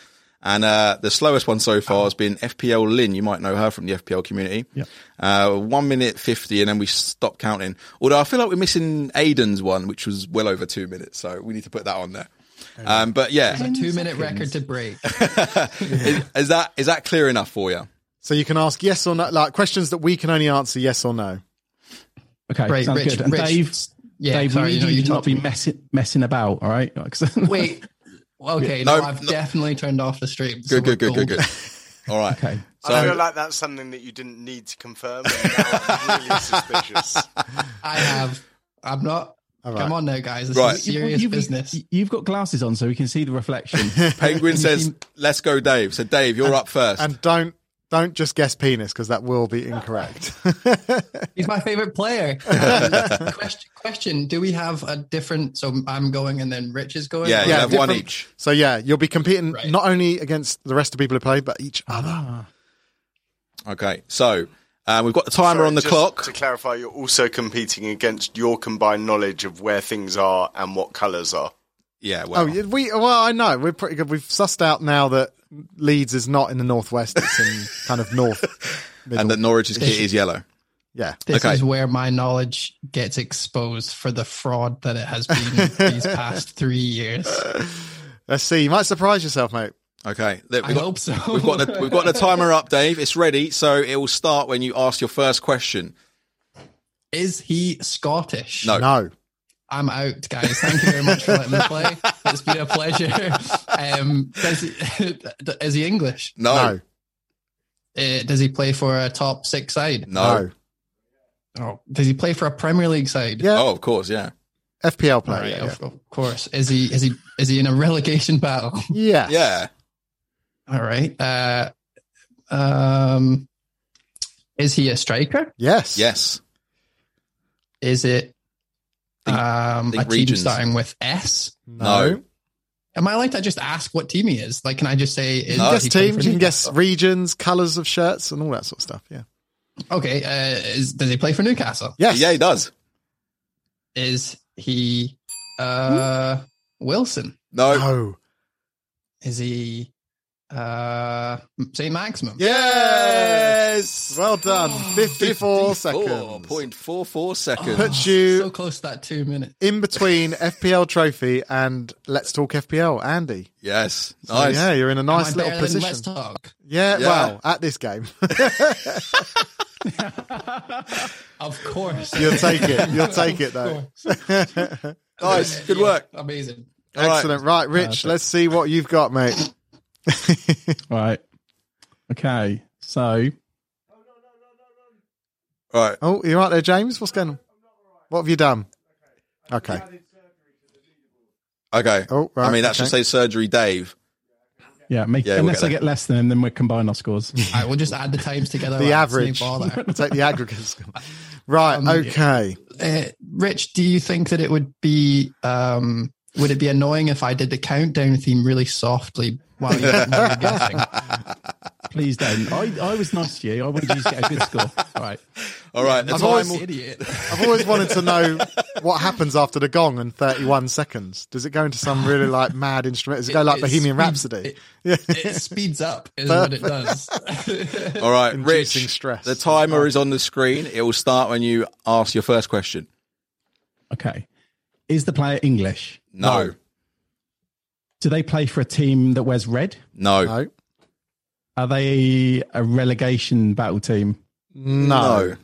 B: And uh, the slowest one so
A: Uh-huh.
B: far has been FPL Lynn. You might know her from the FPL community. Uh, one minute 50, and then we stop counting. Although I feel like we're missing Aiden's one, which was well over two minutes. So we need to put that on there. Um, but
C: It's
B: yeah,
C: a two minute record to break.
B: is, is that is that clear enough for you?
A: so you can ask yes or no, like questions that we can only answer yes or no.
E: Okay.
C: Right,
E: sounds
C: Rich-
E: good. And
C: Rich-
E: Dave,
C: Yeah,
E: Dave,
C: sorry,
E: we
C: you
E: need
C: know,
E: you,
C: you
E: to not
C: talked to
E: be
C: me.
E: messing messing about. All right. 'Cause-
C: Wait. Okay, no,
B: No,
C: I've
B: no.
C: definitely turned off the stream.
B: Good, good, good, good, good. All right.
E: Okay.
F: I feel
B: So
F: like that's something that you didn't need to confirm. And now I'm really suspicious.
C: I have. I'm not.
A: All right.
C: Come on now, guys. This
B: Right.
C: is serious
E: you've,
C: business.
E: You've got glasses on, so we can see the reflection.
B: Penguin says, "Let's go, Dave." So Dave, you're up first.
A: And don't don't just guess penis because that will be incorrect.
C: He's my favorite player. Um, question, question: Do we have a different? So I'm going, and then Rich is going.
B: yeah, you
A: Yeah,
B: have one
A: different-
B: each.
A: so yeah, you'll be competing
C: Right. Ah.
A: not only against the rest of people who play, but each other.
B: Okay. So uh, we've got the timer
F: Sorry,
B: on the
F: just
B: clock.
F: To clarify, you're also competing against your combined knowledge of where things are and what colours are.
B: Yeah.
A: Oh,
B: Well,
A: yeah, we well, I know we're pretty good. We've sussed out now that Leeds is not in the northwest; it's in kind of north.
B: and that Norwich's kit is yellow.
A: Yeah,
C: This
B: Okay.
C: is where my knowledge gets exposed for the fraud that it has been these past three years.
A: let's see. You might surprise yourself, mate.
B: Okay. Look,
C: I hope so.
B: We've got the we've got the timer up, Dave. It's ready, so it will start when you ask your first question.
C: Is he Scottish?
B: No.
A: No.
C: I'm out, guys. Thank you very much for letting me play. It's been a pleasure. Um, does he, is he English?
B: No.
A: No.
C: Uh, does he play for a top six side?
B: No.
C: Oh, does he play for a Premier League side?
A: Yeah.
B: Oh, of course, yeah.
A: FPL player.
C: Right,
A: yeah, yeah.
C: of, of course. Is he is he is he in a relegation battle?
A: Yes.
B: Yeah.
C: All right. Uh, um, is he a striker?
A: Yes.
B: Yes.
C: Is it
B: Think-
C: um,
B: think
C: a team
B: regions.
C: starting with S?
A: No.
B: No.
C: Am I allowed to just ask what team he is? Like, can I just say? Is,
A: You can
B: No.
C: does
A: guess
C: he play
A: teams,
C: for
A: you can
C: Newcastle?
A: guess regions, colours of shirts, and all that sort of stuff. Yeah.
C: Okay. Uh, is, does he play for Newcastle?
A: Yes.
B: Yeah, he does.
C: Is he uh, Wilson?
B: No.
A: No.
C: Is he uh, St. Maximum?
B: Yes.
A: Well done. 54, seconds. Oh.
B: 54.44 seconds.
A: Puts you
C: So close to that two minutes.
A: in between FPL trophy and Let's Talk FPL, Andy.
B: Yes.
A: So,
B: Nice.
A: yeah, you're in a nice
C: Am I
A: little
C: better than
A: position.
C: Let's talk.
A: Yeah,
B: Yeah.
A: well, at this game,
C: Of course.
A: you'll take it. You'll take it though.
B: Nice. Good work.
C: Amazing.
B: All right.
A: Excellent. Right, Rich, let's see what you've got, mate.
E: Right. Okay. So
B: All right.
A: Oh, you're right there, James. What's going on? What have you done? Okay.
B: Okay.
A: Oh, right,
B: I mean, that should
A: okay.
B: say surgery, Dave.
E: yeah, make
B: Yeah, we'll
E: unless
B: get
E: I
B: there.
E: get less than them, then we combine our scores.
C: All right, we'll just add the times together.
A: The
C: lads, no
A: average.
C: bother.
A: Take the aggregates. Right,
C: Um,
A: okay.
C: Uh, Rich, do you think that it would be um, would it be annoying if I did the countdown theme really softly while you while you're guessing?
E: Please don't. I, I was nice to you. I wanted you to get a good score. All right.
B: All right. The
A: I've
B: time
A: always-
B: will-
C: Idiot.
A: I've always wanted to know what happens after the gong in 31 seconds. Does it go into some really like mad instrument? Does it go like
C: It
A: Bohemian
C: speed-
A: Rhapsody?
C: It, it speeds up, is what it does.
B: All right.
A: Inducing
B: Rich.
A: stress.
B: The timer is on the screen. It will start when you ask your first question.
E: Okay. Is the player English?
B: No.
E: Do they play for a team that wears red?
B: No.
A: No.
E: Are they a relegation battle team?
A: No.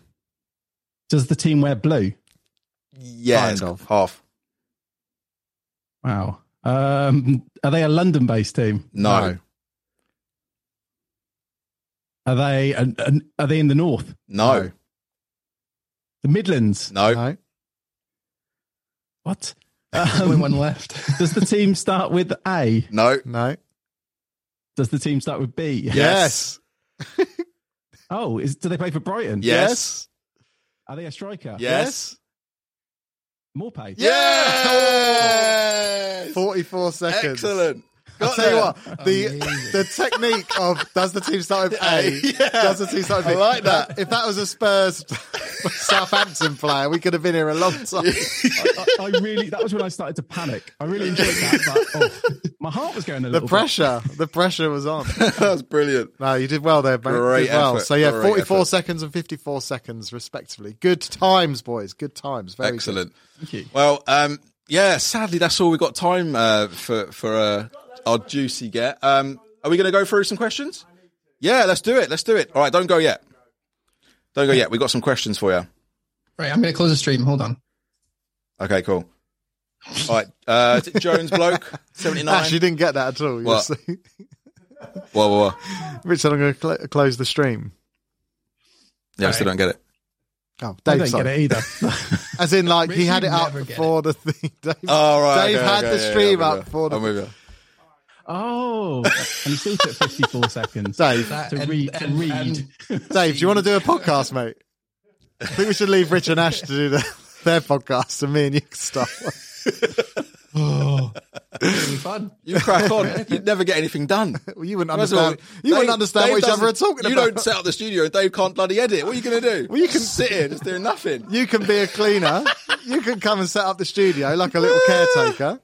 E: Does the team wear blue?
B: Yeah.
A: Kind
B: it's
A: of.
B: Half.
E: Wow. Um, are they a London based team?
B: No.
E: Are they an, an, are they in the north?
B: No.
E: The Midlands?
B: No.
A: No.
E: What?
C: Only
E: Um,
C: one left.
E: does the team start with A?
B: No.
A: No.
E: Does the team start with B?
B: Yes.
E: Oh, is, do they play for Brighton?
B: Yes.
E: Are they a striker?
B: Yes.
E: Morpay.
B: Yes.
A: 44 seconds.
B: Excellent.
A: I'll tell you what, the
C: Amazing.
A: the technique of does the team start with A?
B: Yeah.
A: Does the team start with
B: I
A: B?
B: like that.
A: If that was a Spurs Southampton player, we could have been here a long time.
E: I, I really, that was when I started to panic. I really enjoyed that, but oh, my heart was going a
A: The
E: little
A: pressure, the pressure was on.
B: That's brilliant.
A: No, you did well there, mate.
B: Great
A: Did well.
B: effort.
A: So yeah,
B: Great
A: forty-four
B: effort.
A: seconds and fifty-four seconds, respectively. Good times, boys. Good times. Very good.
B: Excellent.
E: Thank you.
B: Well, um, yeah, sadly, that's all we got time uh, for for uh, our juicy get. Um, are we going to go through some questions? Yeah, let's do it. Let's do it. All right, don't go yet. Don't go yet. We got some questions for you.
C: right, I'm going to close the stream. Hold on.
B: Okay, cool. All right, uh, is it Jones bloke seventy nine.
A: Ash, you didn't get that at all. You'll
B: What?
A: see.
B: Whoa, whoa, whoa.
A: Rich said I'm going to cl- close the stream.
B: Yeah, I still don't get it.
A: Oh,
E: I
A: Dave,
E: don't
A: sorry.
E: get it either.
A: As in, like he
C: Rich,
A: had
C: you
A: it up
C: never get
A: for the thing. Dave,
B: All right,
A: Dave
B: okay,
A: had the
B: okay, yeah, yeah,
A: stream
B: I'm
A: up
B: with you.
A: for the.
B: I'm with you.
E: oh, and it still took 54 seconds.
A: Dave,
C: That
E: To
C: and-
E: read- to
C: and-
E: read.
C: and-
A: Dave, do you want to do a podcast, mate? I think we should leave Rich and Ash to do the, their podcast, and me and you can start. one.
C: oh, it'll be fun.
B: You crack on. You'd never get anything done.
A: Well, you wouldn't
B: First of all,
A: understand. you wouldn't
B: Dave-
A: understand
B: Dave
A: what each other are
B: doesn't-
A: talking
B: you
A: about.
B: don't set up the studio and Dave can't bloody edit. What are you going to do?
A: Well, you can-
B: sit here just doing nothing.
A: You can be a cleaner. you can come and set up the studio like a little caretaker,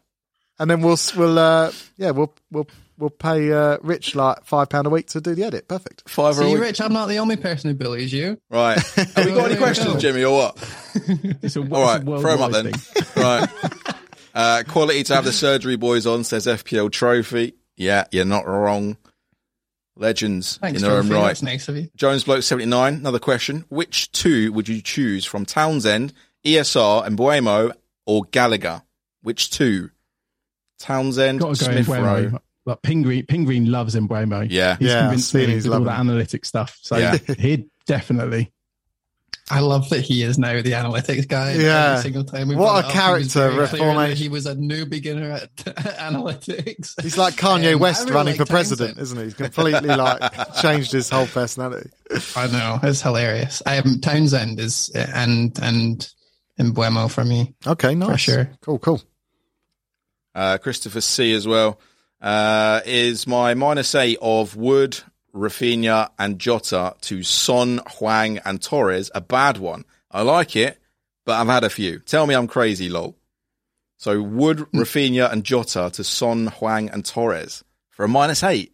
A: and then we'll we'll uh, yeah we'll we'll we'll pay uh, Rich like five pound a week to do the edit. Perfect.
B: Five or
C: See, Rich, I'm not the only person who bullies you.
B: Right. Have we got any questions, Jimmy, or what?
E: It's a, it's a
B: All right, throw 'em up
E: worldwide
B: then.
E: thing.
B: right. Uh, quality to have the surgery boys on, says FPL Trophy. Yeah, you're not wrong. Legends
C: Thanks,
B: in their own
C: Trophy.
B: right.
C: That's nice of you.
B: Jones Bloke 79, another question. Which two would you choose from Townsend, ESR, and Buemo or Gallagher? Which two? Townsend,
E: Got to go
B: Smith Rowe.
E: Embuemo. But Pingreen, Pingreen loves Embuemo.
B: Yeah.
E: He's
A: Yeah, I've
E: convinced
A: seen
E: me
A: he's
E: with all
A: loving
E: that analytic stuff. So
B: Yeah.
E: he'd definitely.
C: I love that he is now the analytics guy.
A: Yeah.
C: Every single time we
A: What
C: brought
A: a
C: it up, he was
A: character,
C: very clear that
A: Reformation.
C: He was a new beginner at analytics.
A: He's like Kanye
C: Um, I
A: West
C: really
A: running for
C: like
A: president, isn't
C: Townsend.
A: he? He's completely like changed his whole personality.
C: I know it's hilarious. I am Townsend is and and and Buemo for me.
A: Okay, nice.
C: sure.
A: Cool, cool.
B: Uh, Christopher C as well. Uh, is my minus eight of Wood, Rafinha, and Jota to Son, Huang, and Torres a bad one? I like it, but I've had a few. Tell me I'm crazy, lol. So Wood, Rafinha, and Jota to Son, Huang, and Torres for a minus eight.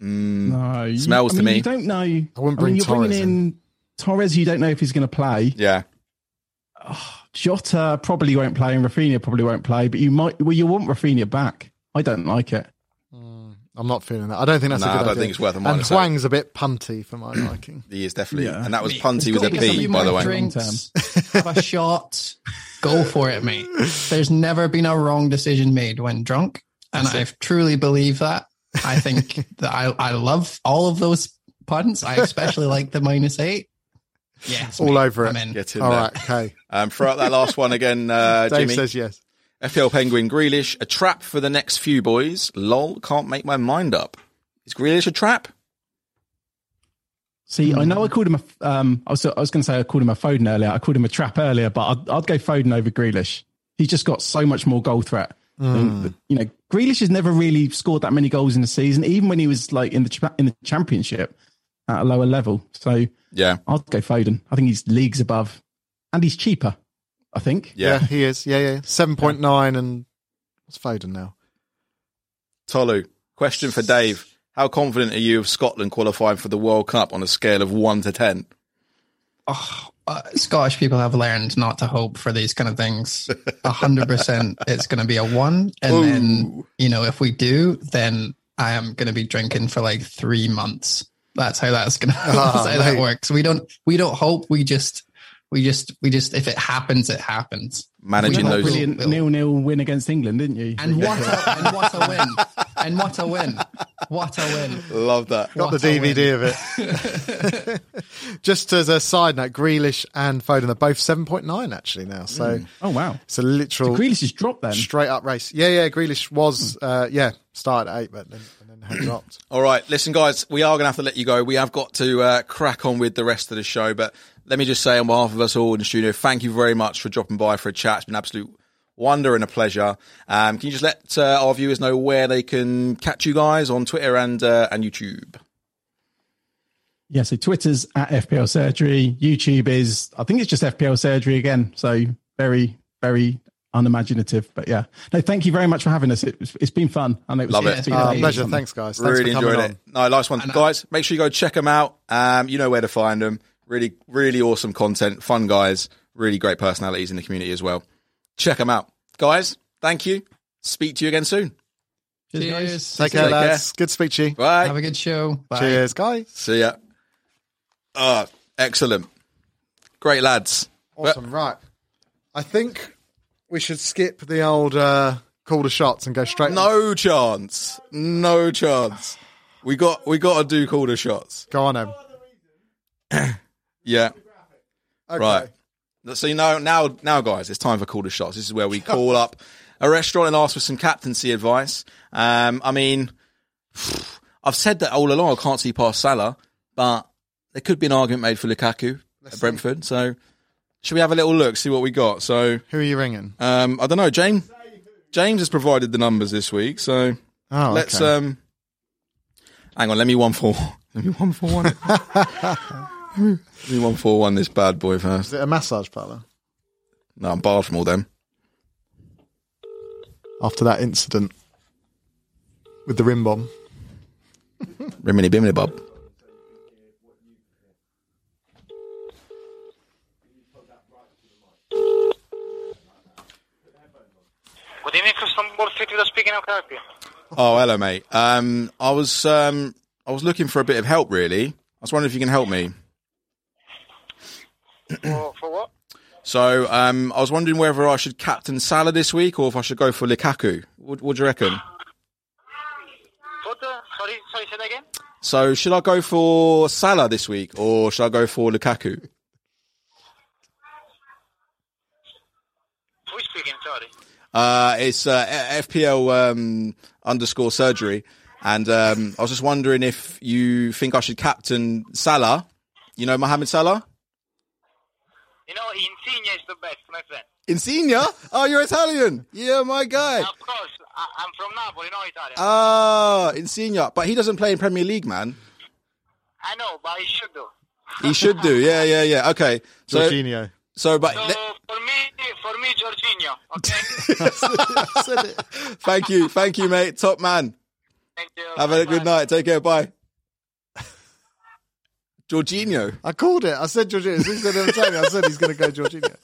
E: No, you-
B: Hmm. Smells
E: I
B: to
E: mean,
B: me.
E: You don't know. I mean,
A: wouldn't bring
E: you're bringing
A: Torres in.
E: in Torres. You don't know if he's going to play.
B: Yeah.
E: Jota probably won't play, and Rafinha probably won't play. But you might. Well, you want Rafinha back. I don't like it.
A: I'm not feeling that. I don't think that's
B: Nah,
A: a good
B: I don't
A: idea.
B: think it's worth a
A: And
B: minus eight.
A: Huang's a bit punty for my liking.
B: He is definitely,
E: Yeah.
B: and that was
C: Mate,
B: punty with a
E: gotta
C: Get
E: be,
C: something
B: P, by
C: more
B: the way.
C: drinks, have a shot. Go for it, mate. There's never been a wrong decision made when drunk, and I truly believe that. I think that I, I love all of those puns. I especially like the minus eight. Yes,
A: All
C: mate,
A: over it.
C: I'm in.
B: Get in
A: All
B: there.
A: right, okay.
B: Um, throw out that last one again, uh,
A: Dave
B: Jimmy.
A: says yes.
B: FPL Penguin Grealish, a trap for the next few boys. Lol, can't make my mind up. Is Grealish a trap?
E: See, I know I called him a. Um, I was, I was going to say I called him a Foden earlier. I called him a trap earlier, but I'd, I'd go Foden over Grealish. He's just got so much more goal threat. than- you know, Grealish has never really scored that many goals in a season, even when he was like in the cha- in the championship at a lower level. So
B: Yeah,
E: I'd go Foden. I think he's leagues above, and he's cheaper. I think.
A: Yeah.
B: yeah.
A: he is. Yeah, yeah. 7.9 and what's Foden now?
B: Tolu, question for Dave. How confident are you of Scotland qualifying for the World Cup on a scale of 1 to 10?
C: oh, uh, Scottish people have learned not to hope for these kind of things. A hundred percent, it's going to be a one, and then you know if we do, then I am going to be drinking for like three months. That's how that's going to that's how that
A: mate.
C: works. We don't we don't hope. We just we just we just if it happens, it happens.
E: We
B: Managing
E: had
C: Well,
E: that
B: those.
E: brilliant
C: Will.
E: nil-nil win against England, didn't you?
C: And what a, and what a win! And what a win! What a win!
B: Love that.
A: Got
C: What
A: the
C: a win.
A: DVD of it. Just as a side note, Grealish and Foden are both 7.9 actually now. So
E: oh wow,
A: it's a literal
E: Grealish has dropped then.
A: straight up race. Yeah, yeah. Grealish was, uh, yeah, started at eight, but then, and then had dropped.
B: All right, listen, guys, we are going to have to let you go. We have got to uh, crack on with the rest of the show, but let me just say on behalf of us all in the studio, thank you very much for dropping by for a chat. It's been an absolute wonder and a pleasure. Um, can you just let uh, our viewers know where they can catch you guys on Twitter and uh, and YouTube?
E: Yeah, so Twitter's at FPL Surgery. YouTube is, I think it's just FPL Surgery again. So very, very unimaginative. But yeah, no, thank you very much for having us. It, it's been fun. And it was
B: Love it.
E: it's been
A: Uh,
E: amazing.
A: pleasure. Thanks, guys. Thanks
B: really
A: for coming
B: enjoyed
A: on. uh,
B: it. No, last one, guys. Make sure you go check them out. Um, you know where to find them. Really, really awesome content, fun guys, really great personalities in the community as well. Check them out, guys. Thank you. Speak to you again soon.
E: Cheers, guys.
C: Cheers.
A: Take care,
B: Take care.
A: lads. Good to speak to you.
B: Bye.
C: Have a good show. Bye.
A: Cheers, guys.
B: See ya. Ah, excellent. Great lads.
A: Awesome. right. I think we should skip the old uh, call to shots and go straight.
B: No chance. No chance. We got we got to do quarter shots.
A: Go on, Em.
B: Yeah.
A: Okay.
B: Right. So you know now now guys, it's time for quarter shots. This is where we call up a restaurant and ask for some captaincy advice. Um, I mean, I've said that all along. I can't see past Salah, but there could be an argument made for Lukaku at Brentford. So should we have a little look, see what we got? So
A: Who are you ringing?
B: Um, I don't know, James. James has provided the numbers this week, so
A: Oh,
B: let's
A: okay.
B: um. Hang on, let me one for let me one for one. let me one for one this bad boy first.
A: Is it a massage parlor?
B: No, I'm barred from all them.
A: After that incident with the rim bomb.
B: Rimini bimini bob.
G: Good evening, Crystal Ball City. That's speaking. How can I help you?
B: Oh, hello, mate. Um, I was um, I was looking for a bit of help, really. I was wondering if you can help me.
G: for, for what?
B: So, um, I was wondering whether I should captain Salah this week or if I should go for Lukaku. What, what do you reckon?
G: What the? Sorry, sorry, say that again.
B: So, should I go for Salah this week or should I go for Lukaku?
G: Who's speaking? Sorry.
B: Uh, it's uh, F- FPL um, underscore surgery, and um, I was just wondering if you think I should captain Salah. You know Mohamed Salah.
G: You know, Insigne is the best, my friend.
B: Insigne? Oh, you're Italian. Yeah, my guy.
G: Of course, I, I'm from Napoli, no Italian.
B: Ah, Insigne. But he doesn't play in Premier League, man.
G: I know, but I should do.
B: He should do. Yeah, yeah, yeah. Okay. So,
A: Jorginho.
B: so but
G: So
B: le-
G: for me, for me, Jorginho. Okay.
B: thank you, thank you, mate. Top man.
G: Thank you.
B: Have a
G: Bye-bye.
B: good night. Take care. Bye. Jorginho.
A: I called it. I said Jorginho. As soon as I didn't tell me, I said he's going to go Jorginho.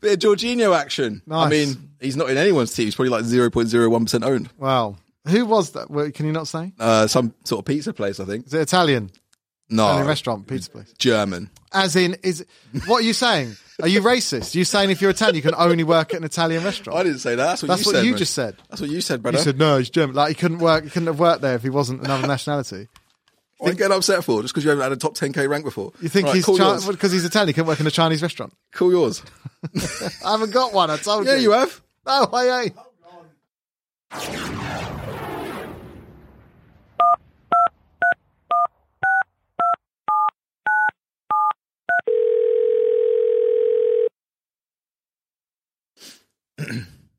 B: Bit of Jorginho action. I
A: Nice.
B: mean, he's not in anyone's team. He's probably like 0.01% owned.
A: Wow. Who was that? Well, Can you not say?
B: Uh, some sort of pizza place, I think.
A: Is it Italian? Italian
B: No,
A: restaurant, pizza place.
B: German.
A: As in, is what are you saying? Are you racist? You saying if you're Italian, you can only work at an Italian restaurant?
B: I didn't say that. That's what
A: That's
B: you
A: what
B: said.
A: you
B: man.
A: just said.
B: That's what you said,
A: You
B: brother.
A: said no, he's German. Like he couldn't work, he couldn't have worked there if he wasn't another nationality.
B: what are you getting upset for? Just because you haven't had a top 10K rank before.
A: You think
B: Right,
A: he's
B: call
A: because
B: yours.
A: he's Italian, he couldn't work in a Chinese restaurant?
B: Call yours.
A: I haven't got one. I told
B: Yeah,
A: you.
B: you have.
A: No, I ain't.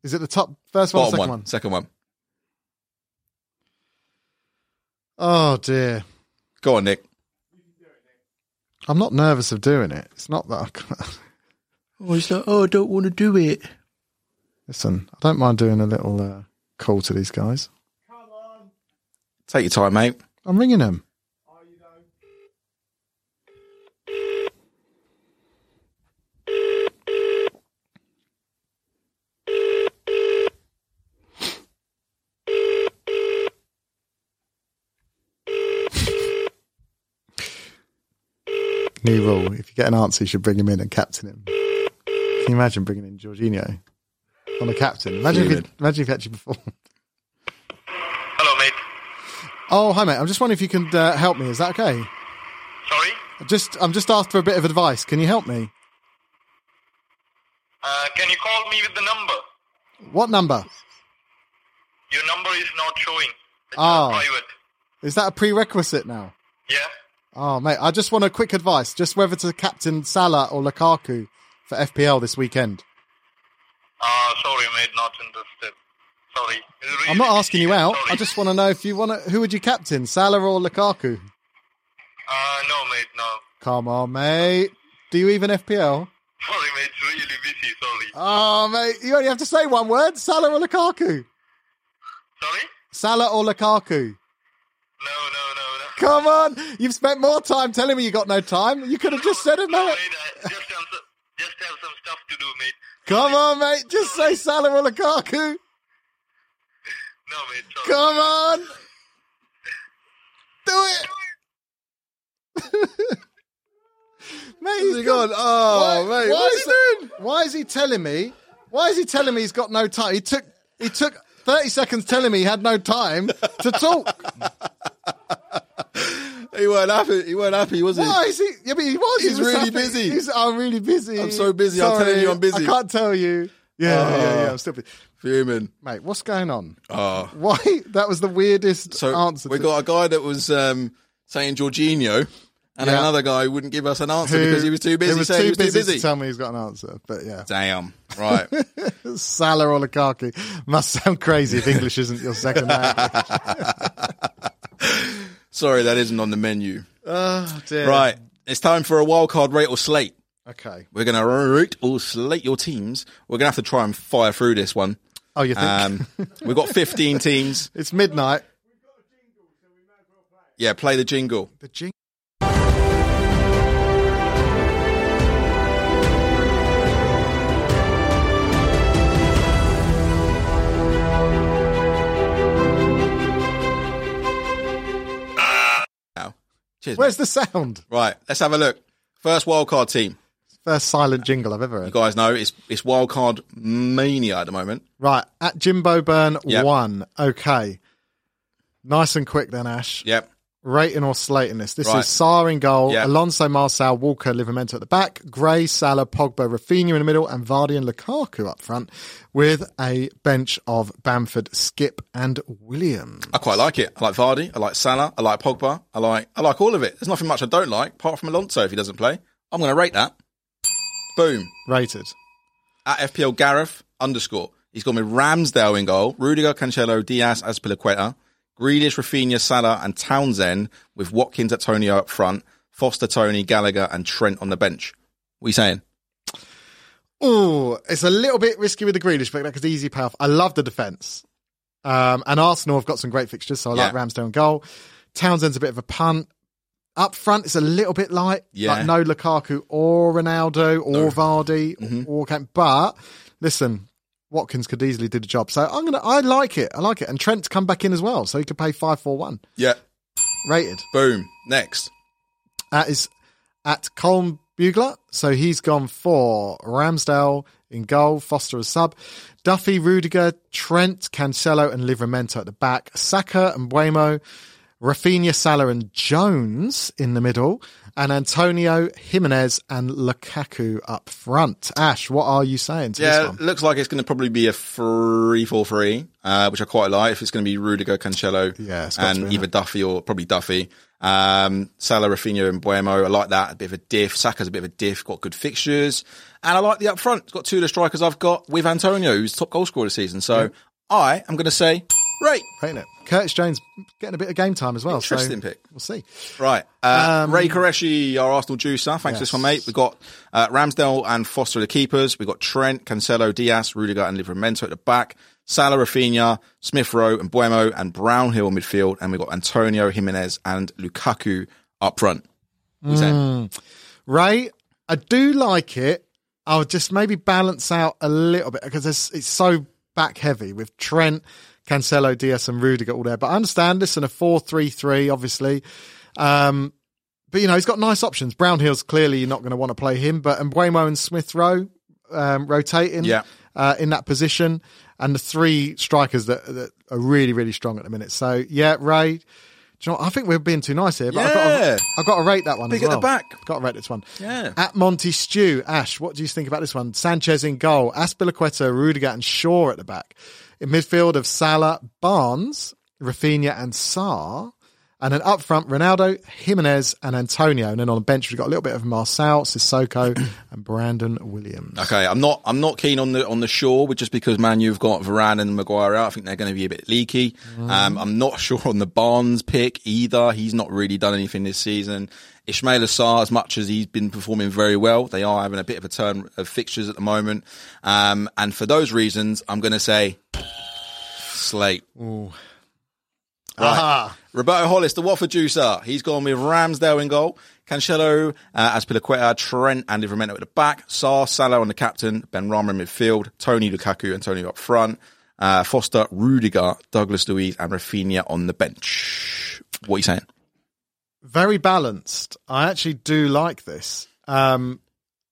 A: Is it the top first one, or
B: Bottom
A: second
B: one.
A: one?
B: Second one.
A: Oh dear,
B: Go on, Nick.
A: I'm not nervous of doing it. It's not that. I can't.
B: Oh, he's like, oh, I don't want to do it.
A: Listen, I don't mind doing a little uh, call to these guys.
B: Take your time, mate.
A: I'm ringing them. New rule: if you get an answer, you should bring him in and captain him. Can you imagine bringing in Jorginho on a captain? Imagine if he,
B: Fuming.
A: imagine if he actually performed.
G: Hello, mate.
A: Oh, hi mate. I'm just wondering if you can uh, help me. Is that okay?
G: Sorry.
A: Just, I'm just asked for a bit of advice. Can you help me?
G: Uh, can you call me with the number?
A: What number?
G: Your number is not showing. It's
A: Oh.
G: private.
A: Is that a prerequisite now?
G: Yeah.
A: Oh, mate, I just want a quick advice, just whether to captain Salah or Lukaku for FPL this weekend.
G: Uh, sorry, mate. Not interested. Sorry. Really
A: I'm not asking you out.
G: sorry.
A: I just want to know if you want to. Who would you captain, Salah or Lukaku?
G: Uh, no, mate. No.
A: Come on, mate. Do you even FPL?
G: Sorry, mate. It's really busy. Sorry.
A: Oh, mate, you only have to say one word: Salah or Lukaku.
G: Sorry.
A: Salah or Lukaku.
G: No, no, no, no.
A: Come on, you've spent more time telling me you got no time. You could have just said it,
G: No,
A: mate.
G: mate. I just have some, just have some stuff to do, mate.
A: Come on, mate. Just say Salah or Lukaku.
G: No, mate. Sorry.
A: Come on. Do it. mate, he's
B: Hang
A: got-
B: on. Oh,
A: why,
B: mate.
A: why
B: What is
A: is
B: he doing?
A: it- Why is he telling me? Why is he telling me he's got no time? He took he took thirty seconds telling me he had no time to talk.
B: He weren't happy. He weren't happy, was he?
A: Why is he? Yeah, but he was. he
B: He's
A: was
B: really
A: happy.
B: busy.
A: He's, I'm really busy.
B: I'm so busy. I'm telling you I'm busy. Ah.
A: I can't tell you. Yeah, yeah, yeah. I'm still busy.
B: Fuming.
A: Mate, what's going on?
B: Oh.
A: Why? That was the weirdest
B: So
A: answer.
B: we
A: to-
B: got a guy that was um, saying Jorginho, and
A: Yeah.
B: another guy who wouldn't give us an answer
A: who-
B: because he was too busy
A: He was
B: saying
A: too
B: he was
A: busy,
B: too busy.
A: to tell me he's got an answer. But yeah,
B: Damn. Right.
A: Salah or Lukaku must sound crazy if English isn't your second language.
B: Sorry, that isn't on the menu.
A: oh dear.
B: Right. It's time for a wild card rate or slate.
A: Okay.
B: We're going to rate or slate your teams. We're going to have to try and fire through this one.
A: Oh, you think
B: Um, we've got 15 teams.
A: it's midnight?
B: Yeah, play the jingle.
A: The jing-
B: Cheers.
A: Where's the sound?
B: mate. Right, let's have a look. First wildcard team.
A: First silent jingle I've ever heard.
B: You guys know it's it's wildcard mania at the moment.
A: Right, at Jimbo Burn
B: Yep.
A: one. Okay. Nice and quick then, Ash.
B: Yep.
A: Rating or slating this. This
B: Right.
A: is Saar in goal,
B: Yep.
A: Alonso, Marcel, Walker, Livermento at the back, Gray, Salah, Pogba, Rafinha in the middle, and Vardy and Lukaku up front, with a bench of Bamford, Skip, and William.
B: I quite like it. I like Vardy. I like Salah. I like Pogba. I like I like all of it. There's nothing much I don't like apart from Alonso if he doesn't play. I'm going to rate that. Boom.
A: Rated.
B: At FPL Gareth underscore. He's got me Ramsdale in goal. Rudiger, Cancelo, Diaz, Azpilicueta, Grealish, Rafinha, Salah, and Townsend with Watkins, Antonio up front, Foster, Tony, Gallagher, and Trent on the bench. What are you saying?
A: Oh, it's a little bit risky with the Grealish, but that is easy payoff. I love the defence. Um, and Arsenal have got some great fixtures, so I like
B: Yeah.
A: Ramsdale in goal. Townsend's a bit of a punt. Up front, it's a little bit light.
B: Yeah.
A: Like no Lukaku or Ronaldo or Vardy
B: Mm-hmm.
A: or Kane. But listen, Watkins could easily do the job. So I'm gonna I like it. I like it. And Trent's come back in as well, so he could pay five four one.
B: Yeah.
A: Rated.
B: Boom. Next.
A: That is at Colm Bugler. So he's gone for Ramsdale in goal, Foster as sub, Duffy, Rudiger, Trent, Cancelo, and Livramento at the back, Saka and Buemo, Rafinha, Salah, and Jones in the middle, and Antonio, Jimenez, and Lukaku up front. Ash, what are you saying to
B: Yeah,
A: this one?
B: looks like it's going to probably be a three-four-three, uh, which I quite like. If it's going to be Rudiger, Cancelo,
A: Yeah, it's got to
B: and
A: be,
B: either Duffy or probably Duffy, um, Salah, Rafinha, and Buemo. I like that. A bit of a diff. Saka's a bit of a diff. Got good fixtures, and I like the up front. It's got two of the strikers I've got with Antonio, who's top goal scorer this season. So I am going to say, right,
A: Rating it. Curtis Jones getting a bit of game time as well. so
B: Interesting pick.
A: We'll see.
B: Right. Uh, Ray Koreshi, our Arsenal juicer. Thanks for this one, mate. We've got uh, Ramsdale and Foster, the keepers. We've got Trent, Cancelo, Diaz, Rudiger, and Livramento at the back. Salah, Rafinha, Smith Rowe, and Buemo, and Brownhill in midfield. And we've got Antonio, Jimenez, and Lukaku up front. What you saying?
A: Ray, I do like it. I'll just maybe balance out a little bit because it's, it's so back heavy with Trent, Cancelo, Diaz, and Rudiger all there. But I understand this in a 4 3 3, obviously. Um, but, you know, he's got nice options. Brownhill's clearly you're not going to want to play him, but Embuemo and Smith Rowe um, rotating
B: Yeah.
A: uh, in that position. And the three strikers that, that are really, really strong at the minute. So, yeah, Ray. Do you know what? I think we're being too nice here, but I've, got
B: Yeah.
A: to, I've got to rate that one.
B: Big
A: as
B: at the
A: well.
B: back.
A: Got to rate this one.
B: Yeah.
A: At Monty Stew, Ash, what do you think about this one? Sanchez in goal, Aspilicueta, Rudiger, and Shaw at the back. In midfield of Salah, Barnes, Rafinha, and Saar. And then up front, Ronaldo, Jimenez, and Antonio. And then on the bench, we've got a little bit of Marcel, Sissoko, and Brandon Williams.
B: Okay, I'm not. I'm not keen on the on the shore, but just because man, you've got Varane and Maguire out, I think they're going to be a bit leaky. Um, I'm not sure on the Barnes pick either. He's not really done anything this season. Ismail Assar, as much as he's been performing very well, they are having a bit of a turn of fixtures at the moment. Um, and for those reasons, I'm going to say slate.
A: Aha.
B: Roberto Hollis, the Watford juicer. He's gone with Ramsdale in goal. Cancelo, uh, Aspilicueta, Trent, and Livramento at the back. Sar, Salah on the captain. Ben Rama in midfield. Tony Lukaku and Tony up front. Uh, Foster, Rudiger, Douglas Luiz, and Rafinha on the bench. What are you saying?
A: very balanced. I actually do like this. Um,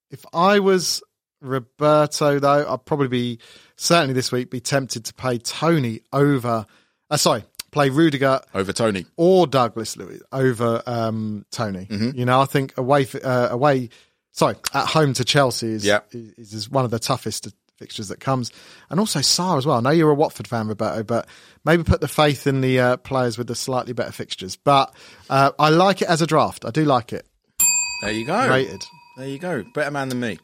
A: if I was Roberto, though, I'd probably be certainly this week be tempted to pay Tony over. Uh, sorry, play Rudiger
B: Over Tony.
A: or Douglas Lewis over um, Tony. You know, I think away f- uh, away, sorry, at home to Chelsea is,
B: Yeah.
A: is is one of the toughest fixtures that comes, and also Saar as well. I know you're a Watford fan, Roberto, but maybe put the faith in the uh, players with the slightly better fixtures. But uh, I like it as a draft. I do like it.
B: There you go.
A: Rated
B: There you go. Better man than me.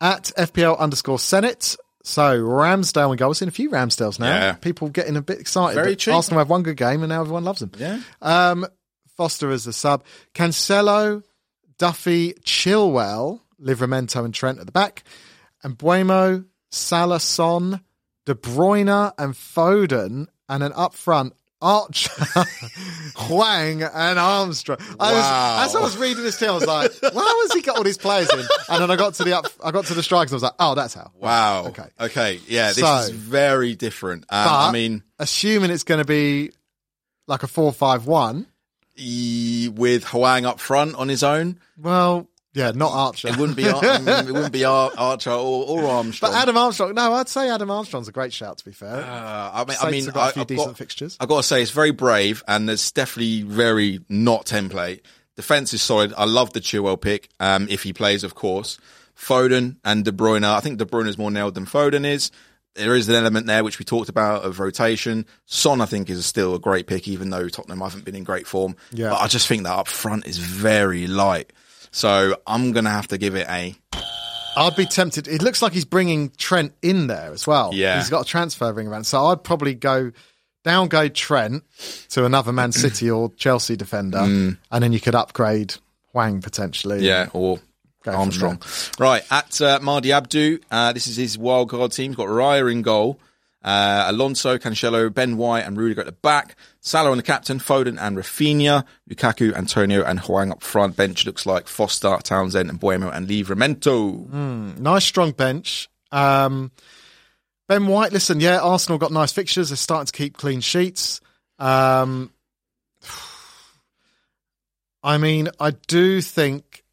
A: at FPL underscore Senate. So Ramsdale and goal. We've seen a few Ramsdales now.
B: Yeah.
A: People getting a bit excited.
B: Very
A: that
B: cheap.
A: Arsenal have one good game, and now everyone loves them.
B: Yeah.
A: Um, Foster as the sub. Cancelo, Duffy, Chilwell, Livramento, and Trent at the back. And Buemo, Salah, Son, De Bruyne, and Foden. And then up front, Archer, Huang, and Armstrong. I
B: Wow.
A: was, as I was reading this team, I was like, "Well, how has he got all these players in?" And then I got to the up, I got to the strikers. and I was like, "Oh, that's how."
B: Wow.
A: Okay.
B: Okay. Yeah, this
A: So-
B: is very different. Um,
A: But
B: I mean,
A: assuming it's going to be like a four-five-one,
B: e- with Hoang up front on his own.
A: Well, yeah, not Archer.
B: It wouldn't be Ar- mm, it wouldn't be Ar- Archer or, or Armstrong.
A: But Adam Armstrong, no, I'd say Adam Armstrong's a great shout. To be fair,
B: Uh, I mean, I
A: Saints
B: mean,
A: have got a
B: I,
A: few
B: have
A: decent
B: got,
A: fixtures.
B: I've got to say, it's very brave, and it's definitely very not template. Defense is solid. I love the Chilwell pick, um, if he plays, of course. Foden and De Bruyne. I think De Bruyne is more nailed than Foden is. There is an element there which we talked about of rotation. Son, I think, is still a great pick, even though Tottenham haven't been in great form.
A: Yeah.
B: But I just think that up front is very light. So I'm going to have to give it a
A: I'd be tempted. It looks like he's bringing Trent in there as well.
B: Yeah.
A: he's got a transfer ring around, so I'd probably go down. Go Trent to another Man City or Chelsea defender, and then you could upgrade Wang potentially.
B: Mm. Yeah, or
A: Go from
B: Armstrong. Right, at uh, Mardi Abdu, uh, this is his wild card team. He's got Raya in goal, uh, Alonso, Cancelo, Ben White, and Rudiger at the back. Salah on the captain, Foden and Rafinha, Lukaku, Antonio, and Huang up front. Bench looks like Foster, Townsend, and Buemo, and Livramento.
A: Mm. nice strong bench. Um, ben White, listen, yeah, Arsenal got nice fixtures. They're starting to keep clean sheets. Um, I mean, I do think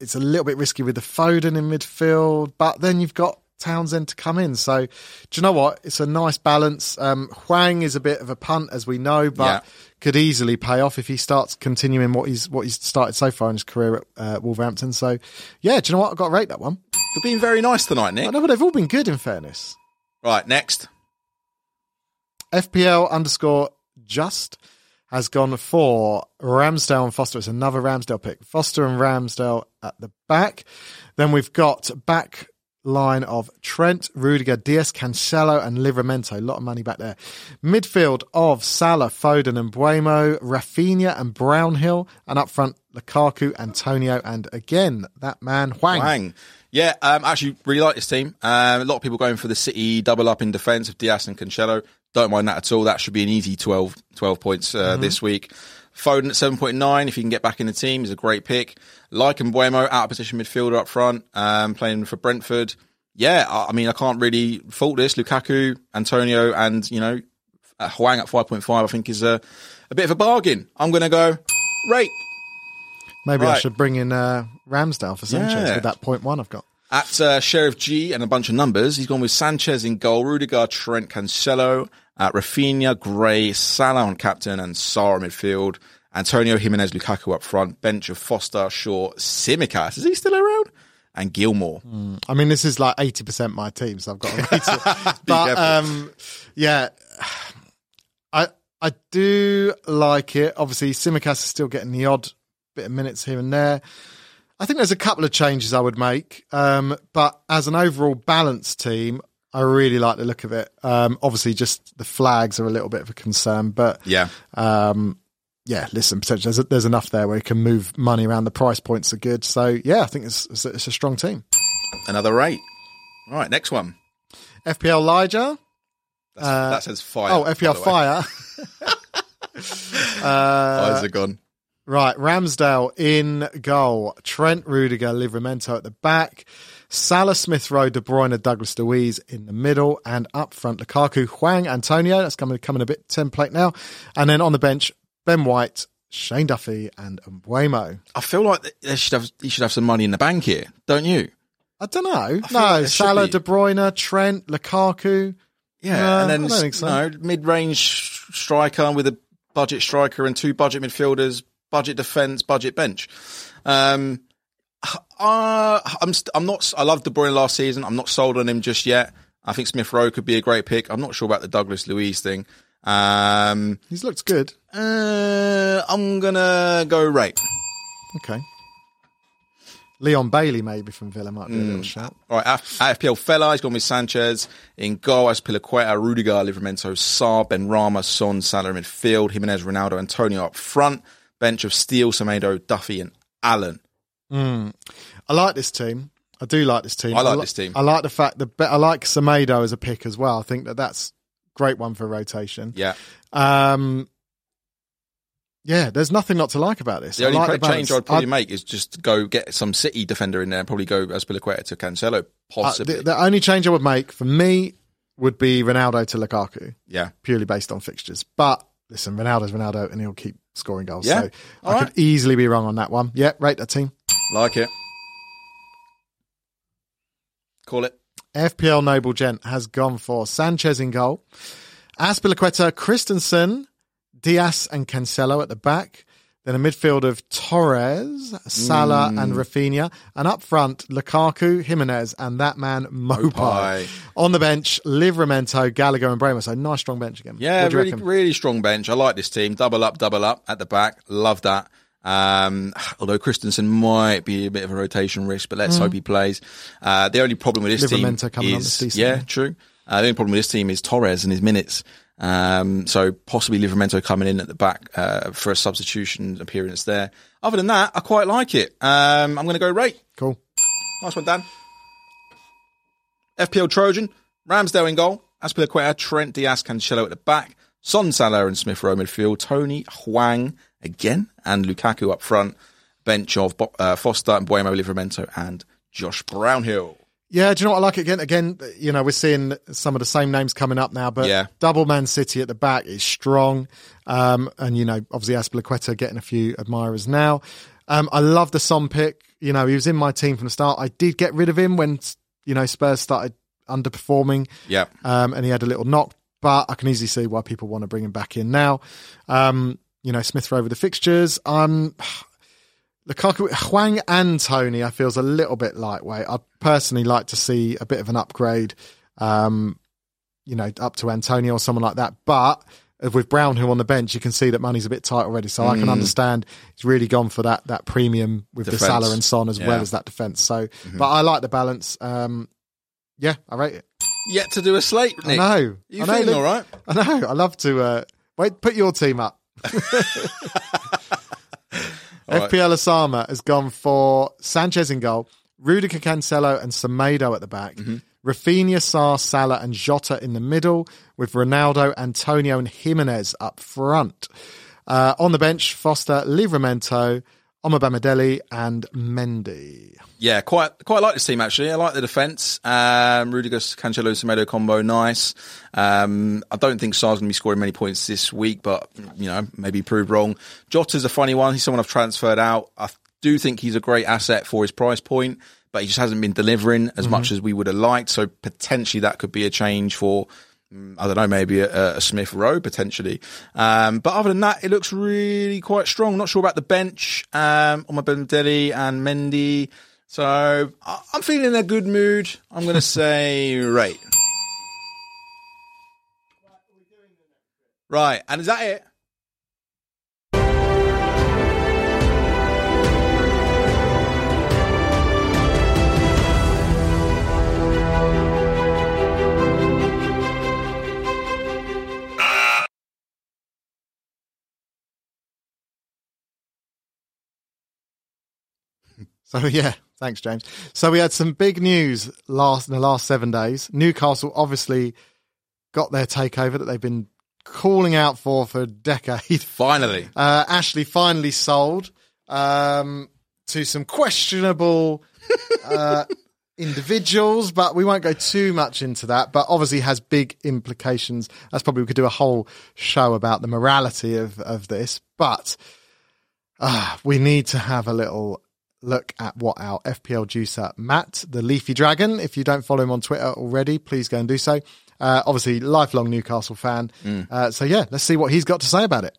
A: it's a little bit risky with the Foden in midfield, but then you've got Townsend to come in. So, do you know what? It's a nice balance. Um, Huang is a bit of a punt, as we know, but
B: Yeah.
A: could easily pay off if he starts continuing what he's what he's started so far in his career at uh, Wolverhampton. So, yeah, do you know what? I've got to rate that one.
B: You're being very nice tonight,
A: I
B: Nick.
A: know, but they've all been good in fairness.
B: Right, next.
A: FPL underscore just has gone for Ramsdale and Foster. It's another Ramsdale pick. Foster and Ramsdale at the back. Then we've got back line of Trent, Rudiger, Diaz, Cancelo, and Livramento. A lot of money back there. Midfield of Salah, Foden, and Buemo, Rafinha and Brownhill, and up front Lukaku, Antonio, and again that man Huang.
B: Wang. Yeah, um, actually, really like this team. Um, a lot of people going for the City double up in defence of Diaz and Cancelo. Don't mind that at all. That should be an easy 12, 12 points uh, this week. Foden at 7.9, if he can get back in the team, is a great pick. Like and Buemo, out of position midfielder up front, um, playing for Brentford. Yeah, I, I mean, I can't really fault this. Lukaku, Antonio, and, you know, uh, Huang at 5.5, I think is a, a bit of a bargain. I'm going to go, rate.
A: Maybe I
B: Right.
A: should bring in uh, Ramsdale for Sanchez
B: Yeah.
A: with that point one I've got.
B: At uh, Sheriff G and a bunch of numbers, he's gone with Sanchez in goal, Rudiger, Trent, Cancelo, uh, Rafinha, Gray, Salah on captain, and Sarr midfield. Antonio Jimenez, Lukaku up front, bench of Foster, Shaw, Simicas. Is he still around? And Gilmore.
A: I mean, this is like eighty percent my team, so I've got to rate it. but
B: careful.
A: um, yeah, I I do like it. Obviously, Simicast is still getting the odd bit of minutes here and there. I think there's a couple of changes I would make, um, but as an overall balanced team, I really like the look of it. Um, obviously, just the flags are a little bit of a concern, but
B: Yeah.
A: um, yeah, listen, potentially there's, there's enough there where you can move money around. The price points are good, so yeah, I think it's it's a, it's a strong team.
B: Another eight. All right, next one.
A: FPL Liger.
B: That's, that says fire.
A: Oh,
B: by
A: FPL
B: the way.
A: Fire.
B: Fires are gone.
A: Right, Ramsdale in goal. Trent Rudiger, Livramento at the back. Salah, Smith Rowe, De Bruyne, Douglas Luiz in the middle, and up front Lukaku, Huang, Antonio. That's coming coming a bit template now, and then on the bench Ben White, Shane Duffy, and Mbuemo.
B: I feel like they should have, you should have some money in the bank here, don't you?
A: I don't know.
B: feel
A: No,
B: like there should
A: Salah,
B: be.
A: De Bruyne, Trent, Lukaku.
B: Yeah,
A: No,
B: and then
A: I don't think so.
B: you know, mid-range striker with a budget striker and two budget midfielders, budget defense, budget bench. Um, uh, I'm st- I'm not. I loved De Bruyne last season. I'm not sold on him just yet. I think Smith Rowe could be a great pick. I'm not sure about the Douglas Louise thing. Um,
A: He's looked good.
B: uh, I'm gonna go right.
A: Okay. Leon Bailey maybe from Villa might be a
B: Hmm.
A: little shout.
B: All right, F- FPL fella, he's gone with Sanchez in goal as Pilaqueta, Rudiger, Livramento, Saab, Ben Rama, Son, Salah in midfield, Jimenez, Ronaldo, Antonio up front, bench of Steele, Semedo, Duffy, and Allen.
A: Hmm. I like this team. I do like this team.
B: I like
A: li-
B: this team.
A: I like the fact that I like Semedo as a pick as well. I think that that's a great one for rotation.
B: Yeah,
A: Um, yeah, there's nothing not to like about this.
B: the
A: I
B: only
A: like
B: quick change I'd
A: balance.
B: probably
A: I-
B: make is just go get some City defender in there and probably go as Pilaqueta to Cancelo,
A: I-
B: possibly.
A: Uh, the, the only change I would make for me would be Ronaldo to Lukaku,
B: yeah,
A: purely based on fixtures. But listen, Ronaldo's Ronaldo, and he'll keep scoring goals.
B: Yeah?
A: So
B: All
A: I
B: right.
A: could easily be wrong on that one. Yeah, rate that team.
B: Like it. Call it.
A: FPL Noble Gent has gone for Sanchez in goal. Aspilaqueta, Christensen, Diaz and Cancelo at the back. Then a midfield of Torres, Salah
B: Hmm.
A: and Rafinha. And up front, Lukaku, Jimenez and that man Mopai.
B: Mopai.
A: On the bench, Livramento, Gallagher and Bremer. So nice strong bench again.
B: Yeah,
A: What do you
B: really,
A: reckon?
B: really strong bench. I like this team. Double up, double up at the back. Love that. Um, although Christensen might be a bit of a rotation risk, but let's hope he plays. Uh, the only problem with this team
A: Mm. Livramento coming on
B: is,
A: that's decent,
B: yeah,
A: yeah.
B: true. Uh, the only problem with this team is Torres and his minutes. Um, so possibly Livramento coming in at the back uh, for a substitution appearance there. Other than that, I quite like it. Um, I'm going to go rate.
A: cool.
B: Nice one, Dan. FPL Trojan, Ramsdale in goal, Aspilicueta, Trent Diaz, Cancelo at the back, Son Salah and Smith Rowe midfield, Tony Huang again, and Lukaku up front. Bench of Bo- uh, Foster and Buemo Livramento and Josh Brownhill.
A: Yeah, do you know what I like again? Again, you know, we're seeing some of the same names coming up now, but
B: Yeah.
A: double Man City at the back is strong. Um, and, you know, obviously Aspilicueta getting a few admirers now. Um, I love the Son pick. You know, he was in my team from the start. I did get rid of him when, you know, Spurs started underperforming
B: Yeah,
A: um, and he had a little knock. But I can easily see why people want to bring him back in now. Um, you know, Smith Rowe with the fixtures. Um, Lukaku, Huang and Tony, I feels a little bit lightweight. I'd personally like to see a bit of an upgrade, um, you know, up to Antonio or someone like that. But with Brown, who on the bench, you can see that money's a bit tight already. So I can understand he's really gone for that that premium with the
B: Defence.
A: Salah and Son as well
B: Yeah.
A: as that defence. So, but I like the balance. Um, yeah, I rate it.
B: yet to do a slate. Nick.
A: I know.
B: you
A: I know,
B: feeling
A: Luke.
B: all right?
A: I know. I love to uh, wait. Put your team up.
B: right.
A: FPL Osama has gone for Sanchez in goal, Rudiger Cancelo and Semedo at the back, Rafinha, Sar, Salah and Jota in the middle, with Ronaldo, Antonio and Jimenez up front. Uh, on the bench, Foster, Livramento, Omabamideli and Mendy.
B: Yeah, quite quite like this team actually. I like the defence. Um, Rudiger, Cancelo, Semedo combo, nice. Um, I don't think Sar's going to be scoring many points this week, but you know maybe proved wrong. Jota's a funny one. He's someone I've transferred out. I do think he's a great asset for his price point, but he just hasn't been delivering as much as we would have liked. So potentially that could be a change for. mm, I don't know, maybe a, a Smith Rowe potentially. Um, but other than that, it looks really quite strong. Not sure about the bench um, on my Bendelli and Mendy. So I- I'm feeling in a good mood. I'm going to say right. Right, and is that it?
A: So yeah, thanks, James. So we had some big news last in the last seven days. Newcastle obviously got their takeover that they've been calling out for for a decade.
B: Finally.
A: Uh, Ashley finally sold um, to some questionable uh, individuals, but we won't go too much into that. But obviously, has big implications. That's probably we could do a whole show about the morality of of this, but ah, we need to have a little look at what our FPL juicer Matt, the Leafy Dragon. If you don't follow him on Twitter already, please go and do so. Uh, obviously, lifelong Newcastle fan. Uh, so yeah, let's see what he's got to say about it.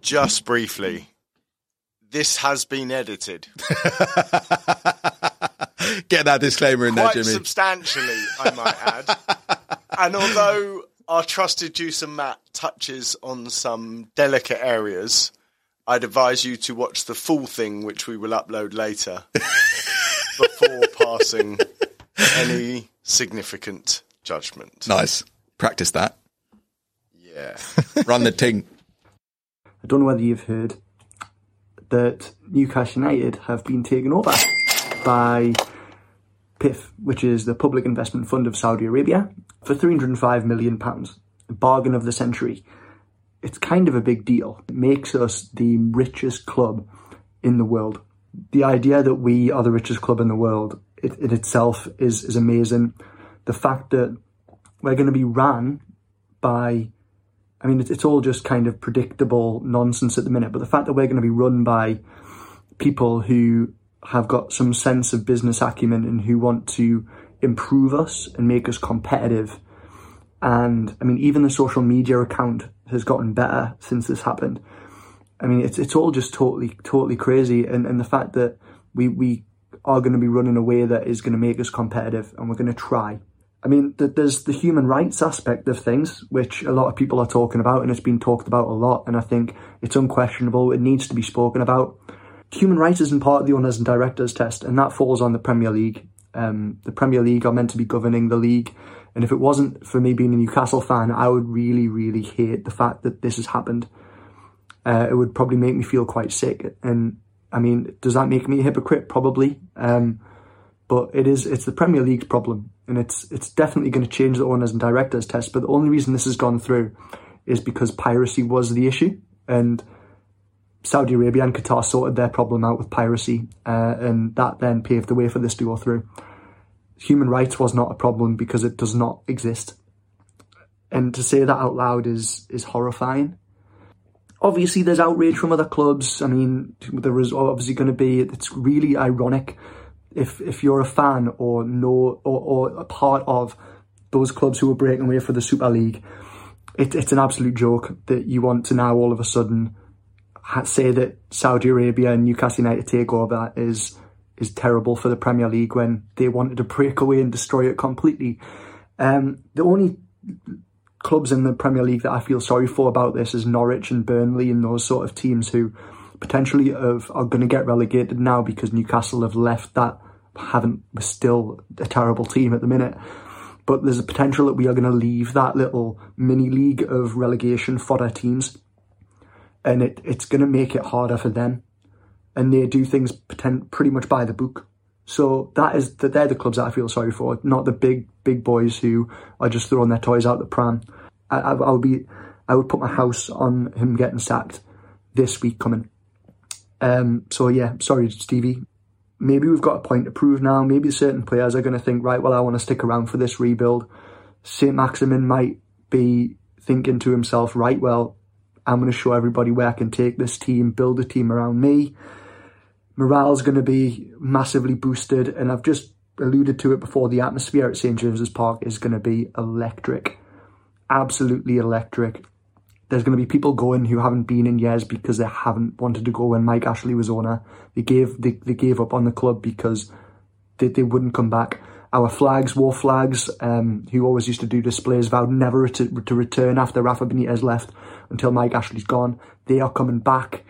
F: Just briefly, this has been edited
B: Get that disclaimer in
F: quite
B: there, Jimmy.
F: substantially, I might add. and although our trusted juicer Matt touches on some delicate areas, I'd advise you to watch the full thing, which we will upload later, before passing any significant judgment.
B: nice. Practice that.
F: Yeah.
B: Run the ting.
H: I don't know whether you've heard that Newcastle United have been taken over by PIF, which is the Public Investment Fund of Saudi Arabia, for £305 million. Bargain of the century. It's kind of a big deal. It makes us the richest club in the world. The idea that we are the richest club in the world it, in itself is, is amazing. The fact that we're going to be ran by I mean, it's, it's all just kind of predictable nonsense at the minute. But the fact that we're going to be run by people who have got some sense of business acumen and who want to improve us and make us competitive. And I mean, even the social media account has gotten better since this happened. I mean, it's it's all just totally totally crazy, and and the fact that we we are going to be running a way that is going to make us competitive, and we're going to try. I mean, th- there's the human rights aspect of things, which a lot of people are talking about, and it's been talked about a lot, and I think it's unquestionable. It needs to be spoken about. Human rights isn't part of the owners and directors test, and that falls on the Premier League. Um, the Premier League are meant to be governing the league, and if it wasn't for me being a Newcastle fan, I would really, really hate the fact that this has happened uh, it would probably make me feel quite sick. And I mean, does that make me a hypocrite? Probably. Um, but it is it's the Premier League's problem, and it's it's definitely going to change the owners and directors test. But the only reason this has gone through is because piracy was the issue, and Saudi Arabia and Qatar sorted their problem out with piracy, uh, and that then paved the way for this to go through. Human rights was not a problem because it does not exist, and to say that out loud is is horrifying obviously there's outrage from other clubs. I mean, there is obviously going to be. It's really ironic if if you're a fan or know or, or a part of those clubs who are breaking away for the Super League. It, it's an absolute joke that you want to now all of a sudden ha- say that Saudi Arabia and Newcastle United take over is is terrible for the Premier League when they wanted to break away and destroy it completely. Um, the only clubs in the Premier League that I feel sorry for about this is Norwich and Burnley and those sort of teams who potentially have, are going to get relegated now because Newcastle have left that haven't we're still a terrible team at the minute. But there's a potential that we are going to leave that little mini league of relegation fodder teams, and it, it's going to make it harder for them. And they do things pretend, pretty much by the book. So that is that they're the clubs that I feel sorry for, not the big big boys who are just throwing their toys out the pram. I, I, I would be, I would put my house on him getting sacked this week coming. Um, so yeah, sorry Stevie. Maybe we've got a point to prove now. Maybe certain players are going to think, right, well, I want to stick around for this rebuild. Saint Maximin might be thinking to himself, right, well, I'm going to show everybody where I can take this team, build a team around me morale's going to be massively boosted. And I've just alluded to it before the atmosphere at St. James's Park is going to be electric. Absolutely electric. There's going to be people going who haven't been in years because they haven't wanted to go when Mike Ashley was owner. They gave they, they gave up on the club because they, they wouldn't come back. Our flags, war flags, um, who always used to do displays, vowed never to, to return after Rafa Benitez left until Mike Ashley's gone. They are coming back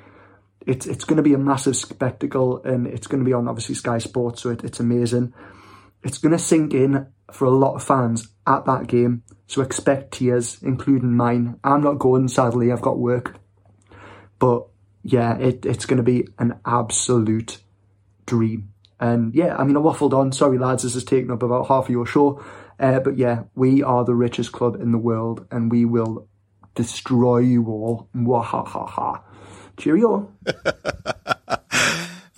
H: it's it's going to be a massive spectacle and it's going to be on obviously Sky Sports, so it, it's amazing. It's going to sink in for a lot of fans at that game, so expect tears, including mine. I'm not going, sadly, I've got work, but yeah, it, it's going to be an absolute dream. And yeah, I mean, I waffled on. Sorry, lads, this has taken up about half of your show. Uh, but yeah, we are the richest club in the world and we will destroy you all. Wahahaha. Cheerio.
B: That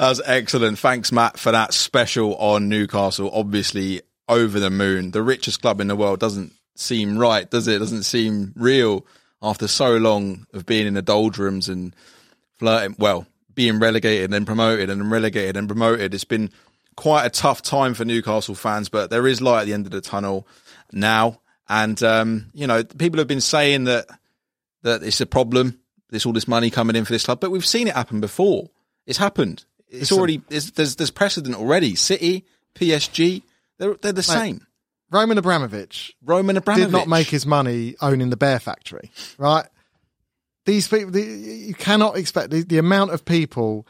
B: was excellent. Thanks, Matt, for that special on Newcastle. Obviously, over the moon. The richest club in the world doesn't seem right, does it? Doesn't seem real after so long of being in the doldrums and flirting. Well, being relegated and then promoted and then relegated and promoted. It's been quite a tough time for Newcastle fans, but there is light at the end of the tunnel now. And um, you know, people have been saying that that it's a problem this all this money coming in for this club. But we've seen it happen before. It's happened. It's
A: Listen.
B: already there's, there's there's precedent already. City, PSG, they're they're the same.
A: Roman Abramovich
B: Roman Abramovich
A: did not make his money owning the bear factory, right? These people, the, you cannot expect the, the amount of people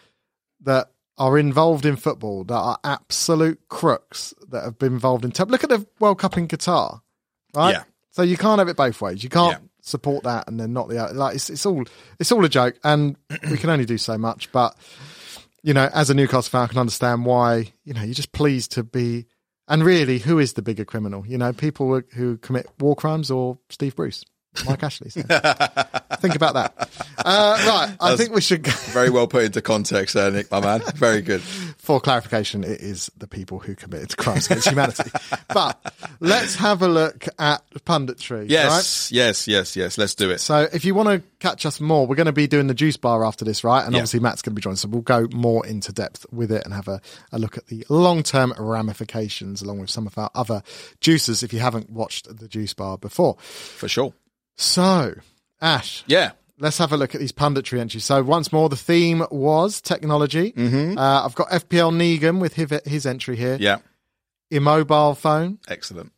A: that are involved in football that are absolute crooks that have been involved in. Look at the World Cup in Qatar, right?
B: Yeah.
A: So you can't have it both ways. You can't
B: Yeah.
A: support that and then not the other. Like it's, it's all it's all a joke, and we can only do so much. But you know, as a Newcastle fan, I can understand why, you know, you're just pleased to be. And really, who is the bigger criminal? You know, people who- who commit war crimes or Steve Bruce, Mike Ashley. So. Think about that. Uh, right. I think we should go.
B: Very well put into context there, Nick, my man. Very good.
A: for clarification, it is the people who committed crimes against humanity. But let's have a look at punditry. right?
B: Yes, yes, yes, yes. Let's do it.
A: So if you want to catch us more, we're going to be doing the juice bar after this, right? And
B: Yeah.
A: obviously Matt's going to be joining, so we'll go more into depth with it and have a, a look at the long term ramifications along with some of our other juicers if you haven't watched the juice bar before.
B: For sure.
A: So, Ash,
B: Yeah.
A: let's have a look at these punditry entries. So once more, the theme was technology.
B: Mm-hmm.
A: Uh, I've got FPL Negan with his, his entry here.
B: Yeah.
A: Immobile phone,
B: Excellent.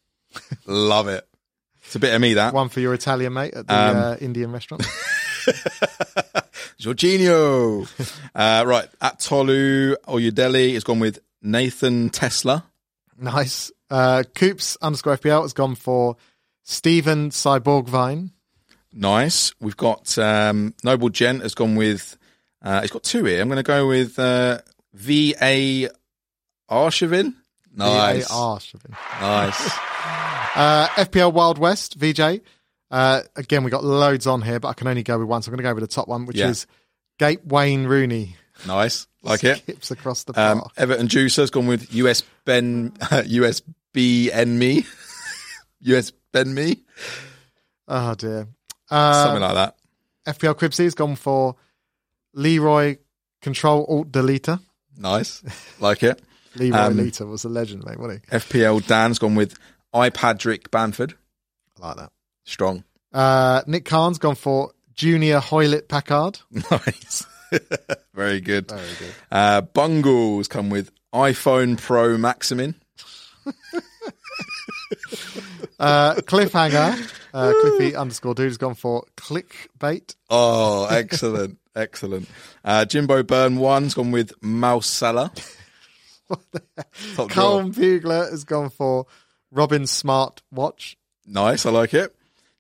B: Love it. It's a bit of me, that.
A: one for your Italian mate at the
B: Ah. Um,
A: uh, Indian restaurant.
B: Jorginho. uh, right. At Tolu Oyedeli has gone with Nathan Tesla.
A: Nice. Uh, Coops underscore FPL has gone for Stephen Cyborgvine.
B: Nice. We've got um, Noble Gent has gone with, uh, he's got two here. I'm going to go with uh, V.A. Arshavin. Nice.
A: VAR, should be.
B: Nice.
A: Uh, FPL Wild West, VJ. Uh, again, we got loads on here, but I can only go with one. So I'm going to go with the top one, which
B: Yeah.
A: is Gate Wayne Rooney.
B: nice. Like it.
A: Skips across the park.
B: Um, Everton Juicer's gone with US Ben US BN me US Ben me
A: oh, dear. Uh,
B: something like that.
A: FPL Cribsy has gone for Leroy Control Alt Deleter.
B: Nice, like it.
A: Leroy
B: Um,
A: Leater was a legend, mate, wasn't he?
B: FPL Dan's gone with iPadrick Bamford.
A: I like that.
B: Strong,
A: Uh, Nick Khan's gone for Junior Hoylett Packard.
B: nice, very good. Very good. Uh, Bungles come with iPhone Pro Maximin.
A: Uh, cliffhanger. Uh, Cliffy underscore dude has gone for clickbait.
B: Oh, excellent, excellent. Uh, Jimbo Burn One's gone with Mouse Seller. Top drawer.
A: Colin Bugler has gone for Robin Smart Watch.
B: Nice, I like it.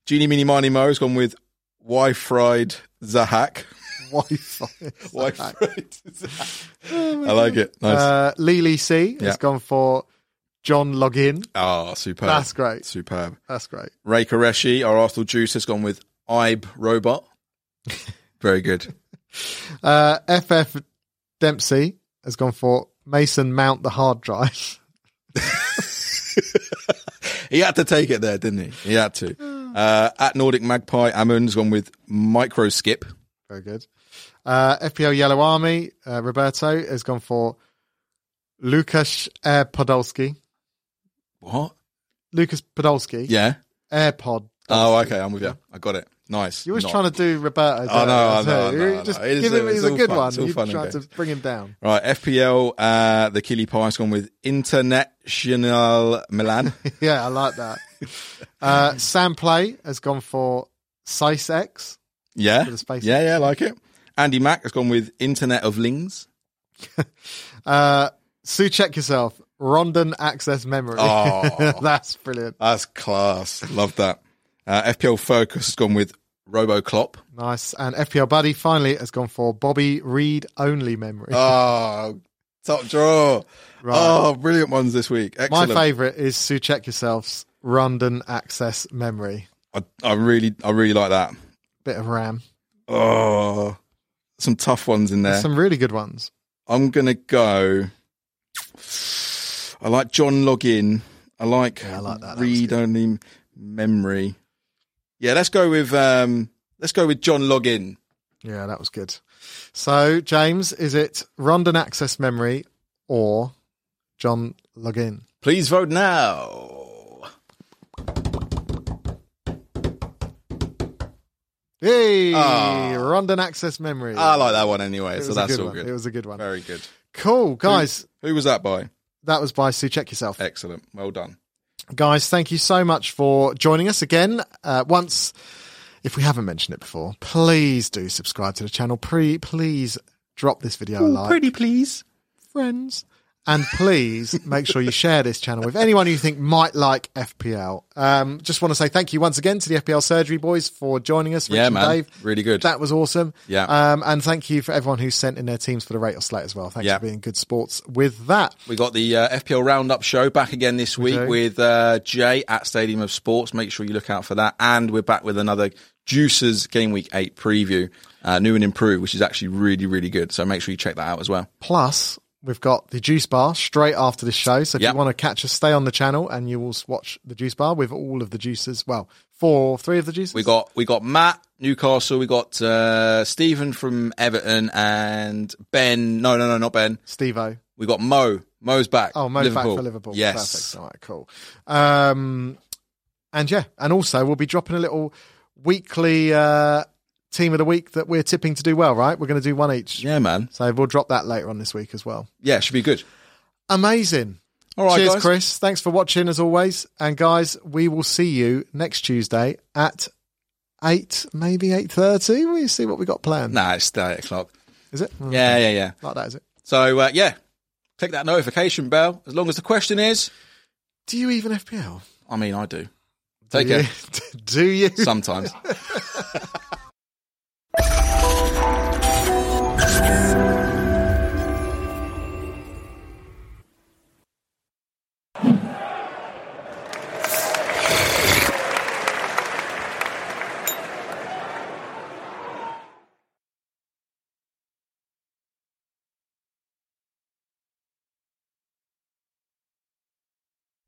B: Genie Mini Mini Mo's gone with Y Fried Zahak.
A: Wi-Fi.
B: Y Fried Zahak. I like it. Nice.
A: Oh, Uh, Lily C
B: Yeah.
A: has gone for John Login.
B: oh, superb.
A: that's great.
B: Superb.
A: That's great.
B: Ray Koreshi, our Arsenal Juice, has gone with Ibe Robot. Very good.
A: Uh, FF Dempsey has gone for Mason Mount the hard drive.
B: He had to take it there, didn't he? He had to. Uh, at Nordic Magpie, Amund's gone with Micro Skip.
A: Very good. Uh, FPL Yellow Army, uh, Roberto has gone for Lukasz Air Podolski.
B: What?
A: Lucas Podolski.
B: Yeah.
A: AirPod.
B: Oh, okay. I'm with you. I got it. Nice.
A: You're always
B: Not- Oh,
A: trying to do Roberto.
B: I know, I
A: don't you?
B: know, I know, I know.
A: Just
B: It is-
A: give him
B: it's
A: he's a
B: all
A: good
B: fun,
A: one.
B: it's all
A: You're
B: fun and
A: trying to
B: games.
A: bring him down.
B: Right, FPL, uh, the Killy Pie's gone with International Milan.
A: Yeah, I like that. uh, Sam Play has gone for SiceX.
B: Yeah.
A: the space.
B: Yeah, yeah, I like it. Andy Mack has gone with Internet of Lings.
A: Uh, Sue, check yourself. Rondon Access Memory.
B: Oh.
A: That's brilliant.
B: That's class. Love that. Uh, FPL Focus has gone with Roboclop.
A: Nice. And FPL Buddy finally has gone for Bobby Reed Only Memory.
B: Oh, top draw.
A: Right.
B: Oh, brilliant ones this week.
A: My
B: Excellent.
A: favourite is Sue, check yourself's Rondon Access Memory.
B: I, I really, I really like that.
A: Bit of RAM.
B: Oh, some tough ones in there.
A: Some really good ones.
B: I'm gonna go. I like John Login. I like,
A: I like that. That was
B: read only memory. Yeah, let's go with um, let's go with John Login.
A: Yeah, that was good. So, James, is it Rondon Access Memory or John Login?
B: Please vote now.
A: Hey,
B: Ah.
A: Rondon Access Memory.
B: I like that one anyway,
A: It
B: so
A: was a
B: that's
A: good
B: all
A: one.
B: good.
A: It was a good one.
B: Very good.
A: Cool, guys.
B: Who was that by?
A: That was by Sue. Check yourself.
B: Excellent. Well done.
A: Guys, thank you so much for joining us again. Uh, once, if we haven't mentioned it before, please do subscribe to the channel. Pre- please drop this video a like.
B: Pretty please.
A: friends. And please make sure you share this channel with anyone you think might like FPL. Um, just want to say thank you once again to the FPL Surgery Boys for joining us. Rich
B: Yeah,
A: and
B: man.
A: Dave.
B: Really good.
A: That was awesome.
B: Yeah.
A: Um, and thank you for everyone who sent in their teams for the rate or slate as well. Thanks
B: Yeah.
A: for being good sports with that.
B: We got the uh, FPL Roundup show back again this week
A: do.
B: with uh, Jay at Stadium of Sports. Make sure you look out for that. And we're back with another Juicers Game Week 8 preview, uh, new and improved, which is actually really, really good. So make sure you check that out as well.
A: Plus, We've got the juice bar straight after this show. So if
B: Yep.
A: you want to catch us, stay on the channel and you will s- watch the juice bar with all of the juices. Well, four or three of the juices.
B: We got we got Matt Newcastle. We got uh, Stephen from Everton and Ben. No, no, no, not Ben.
A: Steve O.
B: We got Mo. Mo's back.
A: Oh, Mo back for Liverpool.
B: Yes.
A: Perfect. All right, cool. Um, and yeah, and also we'll be dropping a little weekly uh, team of the week that we're tipping to do well, right? We're going to do one each.
B: Yeah, man.
A: So we'll drop that later on this week as well.
B: Yeah, should be good.
A: Amazing.
B: All right,
A: Cheers,
B: guys.
A: Chris. Thanks for watching as always. And guys, we will see you next Tuesday at eight, maybe eight thirty. We'll see what we got planned.
B: Nah, it's still eight o'clock.
A: Is it? Oh,
B: Yeah, yeah, yeah.
A: Like that, is it?
B: So uh, yeah, click that notification bell. As long as the question is,
A: Do you even FPL?
B: I mean, I do. Take
A: Do you?
B: care.
A: Do you?
B: Sometimes.